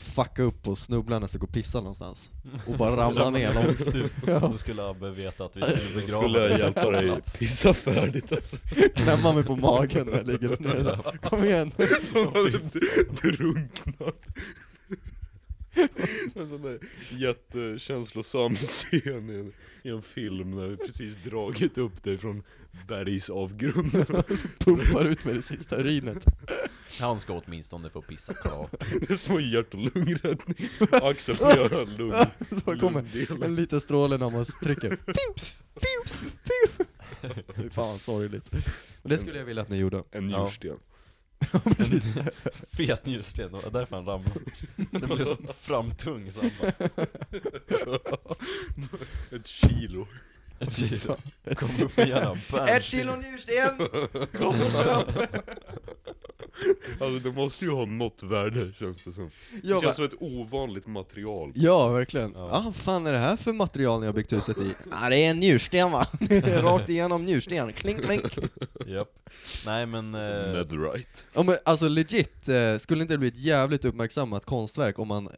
C: fucka upp och snubbla när jag skulle gå och pissa någonstans och bara ramla ner långt.
A: Du,
C: Ja.
A: då skulle Abbe veta att vi skulle begrava
D: Skulle jag
A: dig.
D: hjälpa dig pissa färdigt alltså.
C: klämma mig på magen när jag ligger där nere så, Kom igen!
D: Han hade drunknat. En sån där jättekänslosam scen i en, i en film när vi precis dragit upp dig från bergsavgrunden.
C: Pumpar ut med det sista urinet.
A: Han ska åtminstone få pissa klart.
D: Det är som en hjärt och lungräddning. Axel får göra en lugn.
C: Så kommer en liten stråle när man trycker. Pips! Pips! Pips! Det är fan sorgligt. Men det skulle jag vilja att ni gjorde.
D: En
A: Ja.
D: njursten.
C: Precis.
A: Fet njursten, det var därför han ramlade. Den blev så framtung så han bara
D: Ett kilo.
A: Ett kilo. Kom "Typ, upp igen då, bam.
C: Ett kilo njursten! Kom och köp!
D: Alltså det måste ju ha något värde känns det som. Det
C: Jag
D: känns
C: bara,
D: som ett ovanligt material.
C: Ja, verkligen. Ja, vad fan är det här för material ni har byggt huset i? Ja, det är en njursten va? Rakt igenom njursten, klink klink.
A: Japp. Nej men, eh,
D: Netherite.
C: Ja, men alltså legit, eh, skulle inte det bli ett jävligt uppmärksammat konstverk om man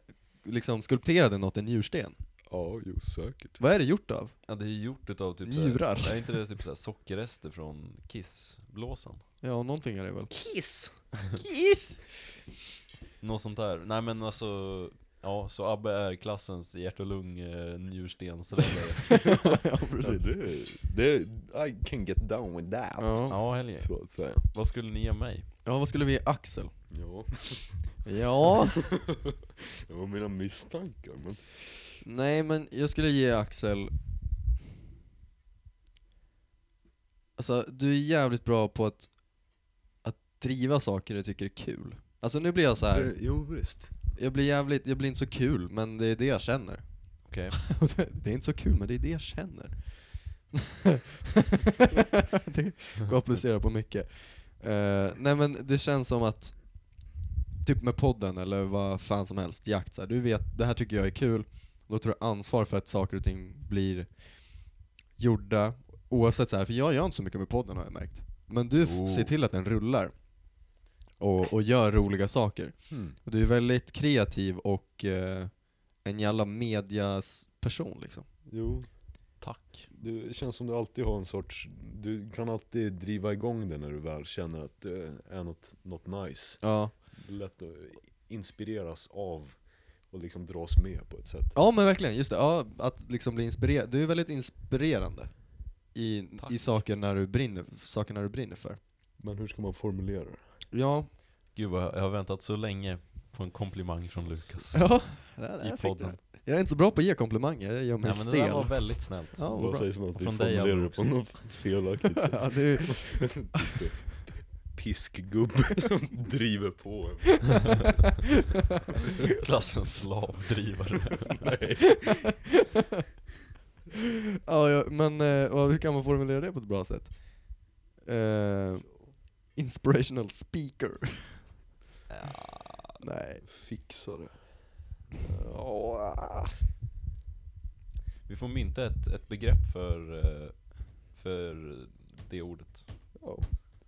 C: liksom skulpterade något i njursten?
D: Ja, jo säkert.
C: Vad är det gjort av?
A: ja, det är gjort utav typ
C: Njurar.
A: Såhär, är inte det typ såhär sockerrester från Kiss-blåsan?
C: Ja, någonting är det väl. Kiss! Kiss!
A: Något sånt där. Nej men alltså, ja så Abbe är klassens hjärt och lung eh, njurstensräddare.
C: ja,
D: Ja,
C: precis.
D: det, det, I can get down with that.
C: Ja.
A: ja Helge,
D: Så att säga.
A: vad skulle ni ge mig?
C: ja, vad skulle vi ge Axel?
D: Ja.
C: Ja,
D: Det var mina misstankar men...
C: nej men jag skulle ge Axel Alltså, du är jävligt bra på att, att driva saker du tycker är kul. Alltså nu blir jag så här.
D: Eh, Jo visst.
C: jag blir jävligt, jag blir inte så kul, men det är det jag känner.
A: Okej.
C: Och det- det är inte så kul, men det är det jag känner. det går att applicera på mycket. Eh, nej men det känns som att, typ med podden eller vad fan som helst, jakt så här, du vet, det här tycker jag är kul, då tar du ansvar för att saker och ting blir gjorda, oavsett så här, för jag gör inte så mycket med podden har jag märkt. Men du f- ser till att den rullar. Och, och gör roliga saker. Och du är väldigt kreativ och eh, en jävla mediasperson liksom.
D: Jo.
A: Tack.
D: Du det känns som du alltid har en sorts, du kan alltid driva igång det när du väl känner att det är något, något nice.
C: Ja.
D: Lätt att inspireras av och liksom dras med på ett sätt.
C: ja men verkligen, just det. Ja, att liksom bli inspirerad. Du är väldigt inspirerande i, i saker, när du brinner, saker när du brinner för.
D: Men hur ska man formulera det?
C: Ja,
A: Gud vad jag jag har väntat så länge på en komplimang från Lukas.
C: ja. Där, där
A: I
C: fick du
A: podden.
C: den. Jag är inte så bra på att ge komplimanger, jag gör mig
A: Nej men det där
C: stel.
A: var väldigt snällt.
C: Ja, vad
D: Vad
C: bra.
D: sägs om att vi
A: Från dig,
D: formulerar det
A: Alvar,
D: på något felaktigt sätt?
C: Ja, det är,
D: Piskgubbe som driver på en.
A: Klassens slavdrivare.
C: ja, ja, men eh, och hur kan man formulera det på ett bra sätt? Eh, inspirational speaker. Nej.
D: Fixa det.
A: Vi får mynta ett, ett begrepp för, eh, för det ordet.
D: Ja.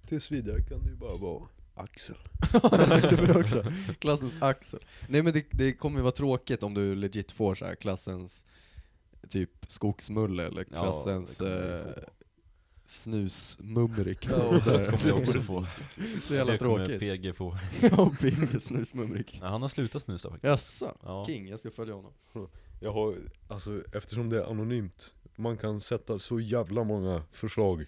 D: Tills vidare kan det ju bara vara Axel.
C: det var det också. Klassens Axel. Nej men det, det kommer ju vara tråkigt om du legit får så här klassens typ skogsmulle eller
A: Ja,
C: klassens
A: det kommer jag ju
C: eh,
A: få. det
C: snusmumrik.
A: kommer jag också få.
C: Så jävla
A: det kommer
C: tråkigt.
A: PG få.
C: Ja, Binge snusmumrik.
A: Nej, han har slutat snusa faktiskt.
C: Jaså?
A: Ja.
C: King, jag ska följa honom.
D: Jag har, alltså eftersom det är anonymt, man kan sätta så jävla många förslag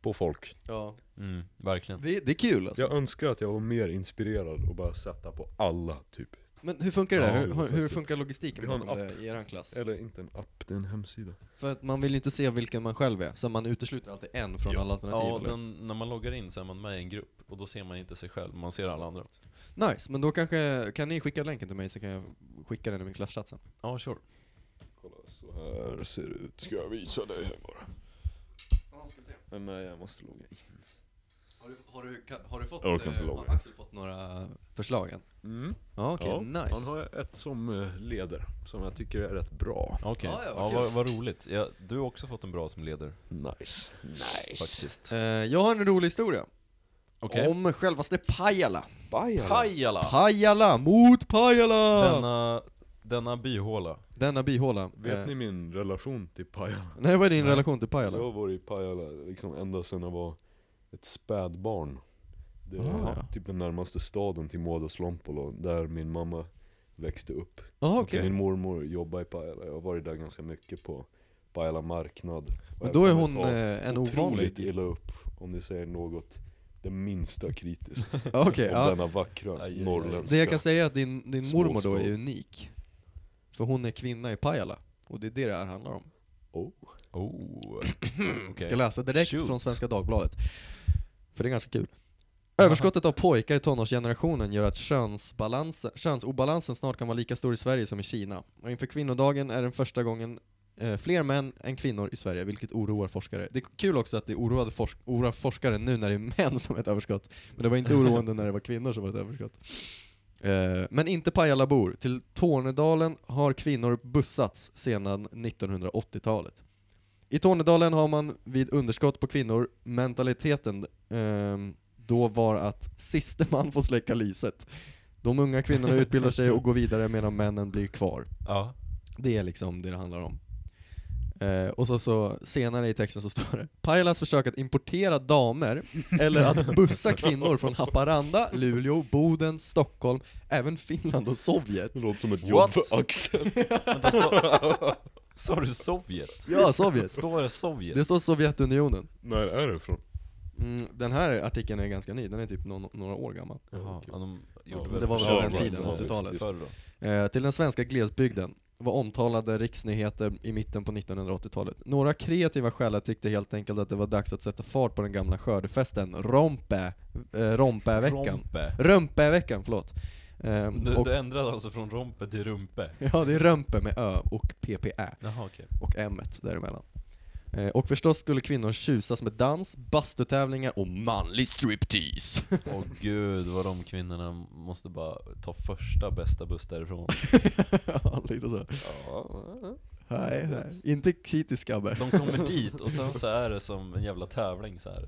D: på folk.
C: Ja.
A: Mm, verkligen.
C: Det, det är kul alltså.
D: Jag önskar att jag var mer inspirerad och bara sätta på alla typ.
C: Men hur funkar det där?
D: Ja,
C: Hur-
D: det
C: hur,
D: var
C: hur
D: fett.
C: funkar logistiken
D: Vi har en
C: bakom det i er klass?
D: Eller inte en app, det är en hemsida.
C: För att man vill ju inte se vilken man själv är, så man utesluter alltid en från alla alternativ.
A: Ja,
C: eller?
A: den, när man loggar in så är man med i en grupp och då ser man inte sig själv, man ser alla andra.
C: Nice, men då kanske, kan ni skicka länken till mig så kan jag skicka den i min klasschatt sen.
A: Ja, sure.
D: Kolla så här ser det ut. Ska jag visa dig här bara? Men nej, jag måste logga in.
C: Har du, har du, kan, har du fått,
D: Jag orkar inte logga.
C: har Axel fått några förslag än?
D: Mm.
C: Ja, okej,
D: ja,
C: nice.
D: Han har ett som eh, leder, som jag tycker är rätt bra.
A: Okej,
C: Ja, ja,
A: ja,
C: vad kul.
A: vad, vad roligt. Ja, du har också fått en bra som leder,
D: Nice.
A: faktiskt.
C: Eh, jag har en rolig historia.
A: Okej.
C: Om självaste Pajala.
A: Pajala!
C: Pajala mot Pajala! Denna,
A: Denna, denna byhåla.
C: bihåla.
D: Vet
C: Eh,
D: ni min relation till Pajala?
C: Nej, vad är din relation till
D: Jag
C: Pajala?
D: har varit i Pajala liksom ända sedan jag var ett spädbarn. Det är
C: Ah, ja.
D: typ den närmaste staden till Muodoslompolo, där min mamma växte upp.
C: Ja, okej.
D: Min mormor jobbar i Pajala, jag har varit där ganska mycket på Pajala marknad. Och
C: Men
D: jag
C: då är
D: kommer
C: hon
D: ta
C: eh, en
D: otroligt
C: ovanlig...
D: illa upp om ni säger något det minsta kritiskt
C: Ja, Okej,
D: om
C: ja.
D: denna vackra
A: Aj, aj, aj.
D: norrländska.
C: Det jag kan säga är att din, din
D: Småstad.
C: mormor då är unik. För hon är kvinna i Pajala. Och det är det det här handlar om.
D: Oh.
A: Oh.
C: Jag
A: Okej.
C: ska läsa direkt
A: Shoot.
C: från Svenska Dagbladet. För det är ganska kul. Överskottet av pojkar i tonårsgenerationen gör att könsbalansen, könsobalansen snart kan vara lika stor i Sverige som i Kina. Och inför kvinnodagen är den första gången eh, fler män än kvinnor i Sverige, vilket oroar forskare. Det är kul också att det oroade forsk- oroar forskare nu när det är män som är ett överskott. Men det var inte oroande när det var kvinnor som var ett överskott. Eh, men inte Pajalabor. Till Tornedalen har kvinnor bussats sedan 1980-talet. I Tornedalen har man vid underskott på kvinnor mentaliteten ehm, då var att siste man får släcka lyset. De unga kvinnorna utbildar sig och går vidare medan männen blir kvar.
A: Ja.
C: Det är liksom det det handlar om. Eh, och så, så senare i texten så står det Pajalas försök att importera damer eller att bussa kvinnor från Haparanda, Luleå, Boden, Stockholm, även Finland och Sovjet.
D: Det låter som ett jobb
A: What?
D: för Axel.
A: Vänta, sa- Sa du Sovjet?
C: Ja, Sovjet.
A: Står det Sovjet?
C: Det står Sovjetunionen.
D: När är det ifrån?
C: Mm, den här artikeln är ganska ny, den är typ nå- några år gammal.
A: Jaha, ja, de gjorde
C: det var väl
A: försök
C: på den
A: med
C: tiden,
A: det.
C: 80-talet.
A: Förr då.
C: Eh, till den svenska glesbygden. var omtalade riksnyheter i mitten på 1980-talet. Några kreativa själar tyckte helt enkelt att det var dags att sätta fart på den gamla skördefesten, rompe, eh, rompeveckan.
A: Rompe.
C: Rumpeveckan, förlåt. Ehm,
A: Du,
C: och,
A: du ändrade alltså från rompe till rumpe?
C: ja, det är rumpe med ö och ppe
A: Jaha okej.
C: och m däremellan. Eh, och förstås skulle kvinnor tjusas med dans, bastutävlingar och manlig striptease.
A: Åh gud vad de kvinnorna måste bara ta första bästa buss därifrån.
C: ja, lite så. Nej, nej. Inte kritisk Abbe.
A: De kommer dit och sen så är det som en jävla tävling så här.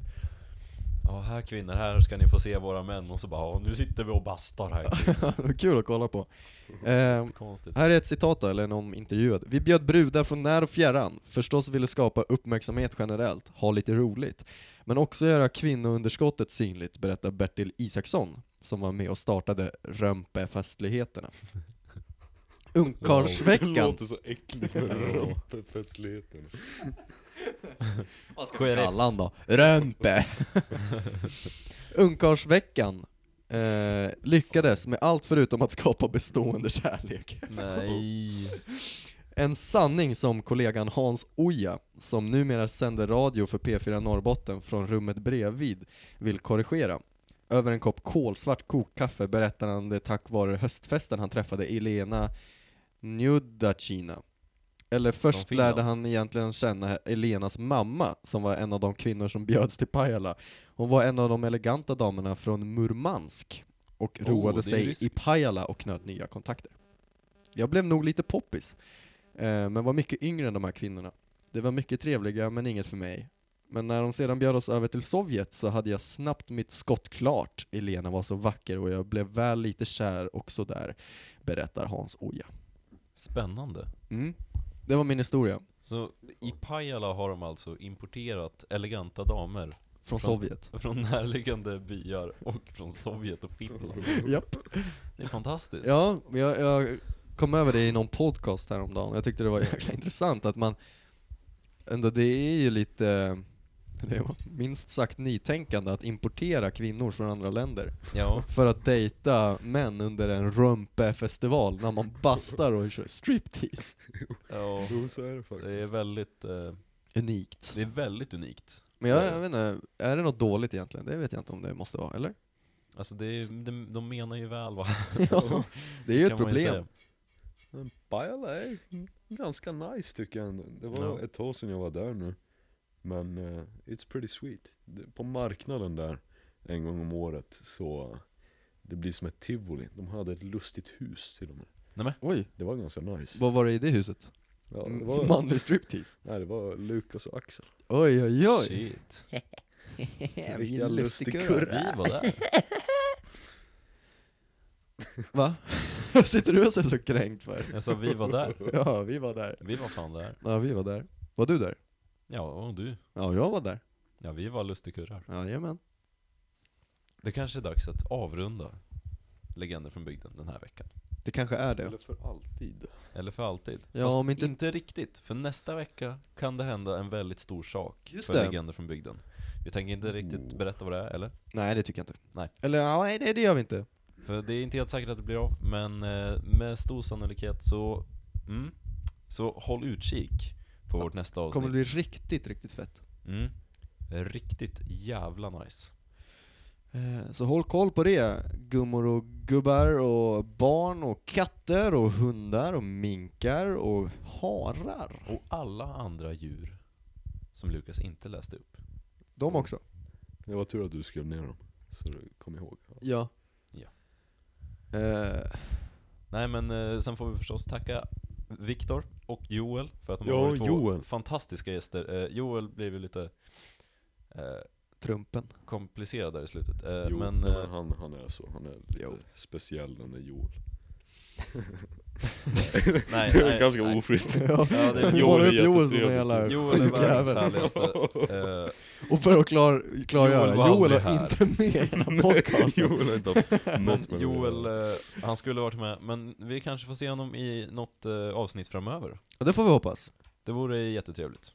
A: Ja här kvinnor, här ska ni få se våra män och så bara "Ja, nu sitter vi och bastar här.
C: Kul att kolla på. Ehm,
A: Konstigt.
C: Här är ett citat då, eller någon intervjuad. Vi bjöd brudar från när och fjärran, förstås ville skapa uppmärksamhet generellt, ha lite roligt. Men också göra kvinnounderskottet synligt, berättar Bertil Isaksson, som var med och startade Römpefestligheterna.
D: Det
C: Ungkarlsveckan.
D: låter så äckligt med rumpefestligheten.
C: Vad ska vi kalla han då? Römpe! Ungkarlsveckan eh, lyckades med allt förutom att skapa bestående kärlek.
A: Nej.
C: En sanning som kollegan Hans Oja, som numera sänder radio för P4 Norrbotten från rummet bredvid, vill korrigera. Över en kopp kolsvart kokkaffe berättar han det tack vare höstfesten han träffade Elena Njudacina. Eller först
A: Finland.
C: lärde han egentligen känna Elenas mamma, som var en av de kvinnor som bjöds till Pajala. Hon var en av de eleganta damerna från Murmansk och
A: Oh, det
C: roade
A: är
C: sig
A: rysk.
C: i Pajala och knöt nya kontakter. Jag blev nog lite poppis. Eh, men var mycket yngre än de här kvinnorna. Det var mycket trevliga, men inget för mig. Men när de sedan bjöd oss över till Sovjet så hade jag snabbt mitt skott klart. Elena var så vacker och jag blev väl lite kär också där, berättar Hans Oja.
A: Spännande.
C: Mm. Det var min historia,
A: Så i Pajala har de alltså importerat eleganta damer Från-
C: från Sovjet.
A: från närliggande byar och från Sovjet och Finland.
C: Japp.
A: Det är fantastiskt.
C: Ja, men jag, jag kom över det i någon podcast häromdagen. Jag tyckte det var jäkla intressant att man ändå, det är ju lite, det är minst sagt nytänkande att importera kvinnor från andra länder.
A: Ja.
C: för att dejta män under en rumpefestival när man bastar och kör striptease.
A: ja.
D: Jo, så är det faktiskt.
A: Det är väldigt, eh,
C: Unikt.
A: det är väldigt unikt.
C: Men jag, jag vet inte, är det något dåligt egentligen? Det vet jag inte om det måste vara, eller?
A: Alltså det är, de, de menar ju väl va?
C: Ja, det är ju ett
A: Kan man ju
C: problem.
A: säga.
D: Men Pajala är ganska nice tycker jag ändå. Det var
A: Ja.
D: ett tag sedan jag var där nu. Men eh, it's pretty sweet. Det- På marknaden där en gång om året så det blir som ett tivoli. De hade ett lustigt hus till och med.
C: Oj,
D: Det var ganska nice.
C: vad var det i det huset?
D: Ja, det,
C: Mm,
D: var,
C: Manlig striptease?
D: nej, det var Lukas och Axel.
C: Oj oj oj!
A: Shit.
D: Riktiga
A: Vi
D: lustigkurrar.
A: var där.
C: Va? Sitter du och ser så kränkt för?
A: Jag sa vi var där.
C: Ja, vi var där.
A: Vi var fan där.
C: Ja, vi var där. Var du där?
A: Ja, och du.
C: Ja, jag var där.
A: Ja, vi var lustigkurrar.
C: Jajamän.
A: Det kanske är dags att avrunda Legender från bygden den här veckan.
C: Det kanske är det.
D: Eller för alltid.
A: Eller för alltid.
C: Ja, om inte-
A: inte riktigt, för nästa vecka kan det hända en väldigt stor sak
C: Just
A: för
C: det. Oh.
A: Legender från bygden. Vi tänker inte riktigt berätta vad det är, eller?
C: Nej, det tycker jag inte.
A: Nej.
C: Eller ja, nej, det, det gör vi inte.
A: För det är inte helt säkert att det blir av, men eh, med stor sannolikhet så, mm, så håll utkik på vårt nästa avsnitt.
C: Kommer bli riktigt, riktigt fett.
A: Mm. Riktigt jävla nice.
C: Eh, Så håll koll på det, gummor och gubbar och barn och katter och hundar och minkar och harar.
A: Och alla andra djur som Lukas inte läste upp.
C: De också.
D: Det var tur att du skrev ner dem. Så du kom ihåg.
C: Ja.
A: Ja.
C: Eh,
A: Nej men eh, sen får vi förstås tacka Viktor och Joel för att de
D: Ja,
A: har varit två
D: Joel.
A: fantastiska gäster. Eh, Joel blev ju lite eh,
C: trumpen.
A: komplicerad där i slutet. Eh,
D: Jo,
A: men
D: nej,
A: eh,
D: men han, han är så. Han är lite
C: Jo.
D: speciell den där Joel.
A: nej,
D: det är
A: nej,
D: ganska
A: nej.
D: ofrist.
C: ja,
A: Ja, det är
D: Joel
C: Joel,
D: är
C: Joel som är
D: jättetrevlig.
C: jävla
A: Joel är världens
C: sjukjävel.
A: härligaste. Eh,
C: Och för att klar, klargöra,
A: Joel var
C: Joel, Joel
A: aldrig
C: är
A: här.
C: inte med i den här podcasten.
D: Joel är inte
A: Men
D: något med det
A: Joel,
D: att göra.
A: eh, han skulle varit med, men vi kanske får se honom i något eh, avsnitt framöver.
C: Ja, det får vi hoppas.
A: Det vore jättetrevligt.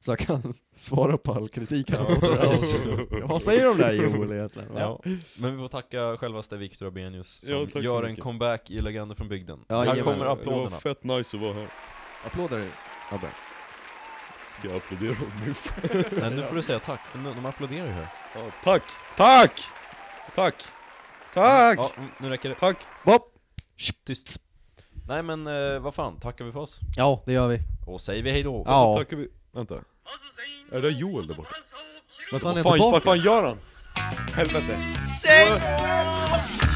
C: Så jag kan svara på all kritik han får. Vad säger de där Joel egentligen? va?
A: Ja, men vi får tacka självaste Viktor Abenius som
D: Ja, tack så
A: gör en
D: mycket.
A: comeback i Legender från bygden.
C: Ja,
A: Här
C: jajamän.
A: kommer
D: Det
A: applåderna.
D: var fett nice att vara här.
C: Applåder Abbe.
D: Ska jag applådera honom nu?
A: Nej, nu får du säga tack, för nu- de applåderar ju här.
D: Ja, tack! Tack! Tack! Tack!
A: Ja, mm, nu räcker det.
D: Tack!
C: Bopp!
A: Tyst. Nej men eh, vad fan, tackar vi för oss?
C: Ja, det gör vi.
A: Och säger vi hejdå.
C: Ja.
D: Tackar vi... Vänta. Är det Joel där borta? Vänta,
C: Han är
D: vad fan,
C: tillbaka.
D: vad fan gör han? Helvete.
E: Stäng av!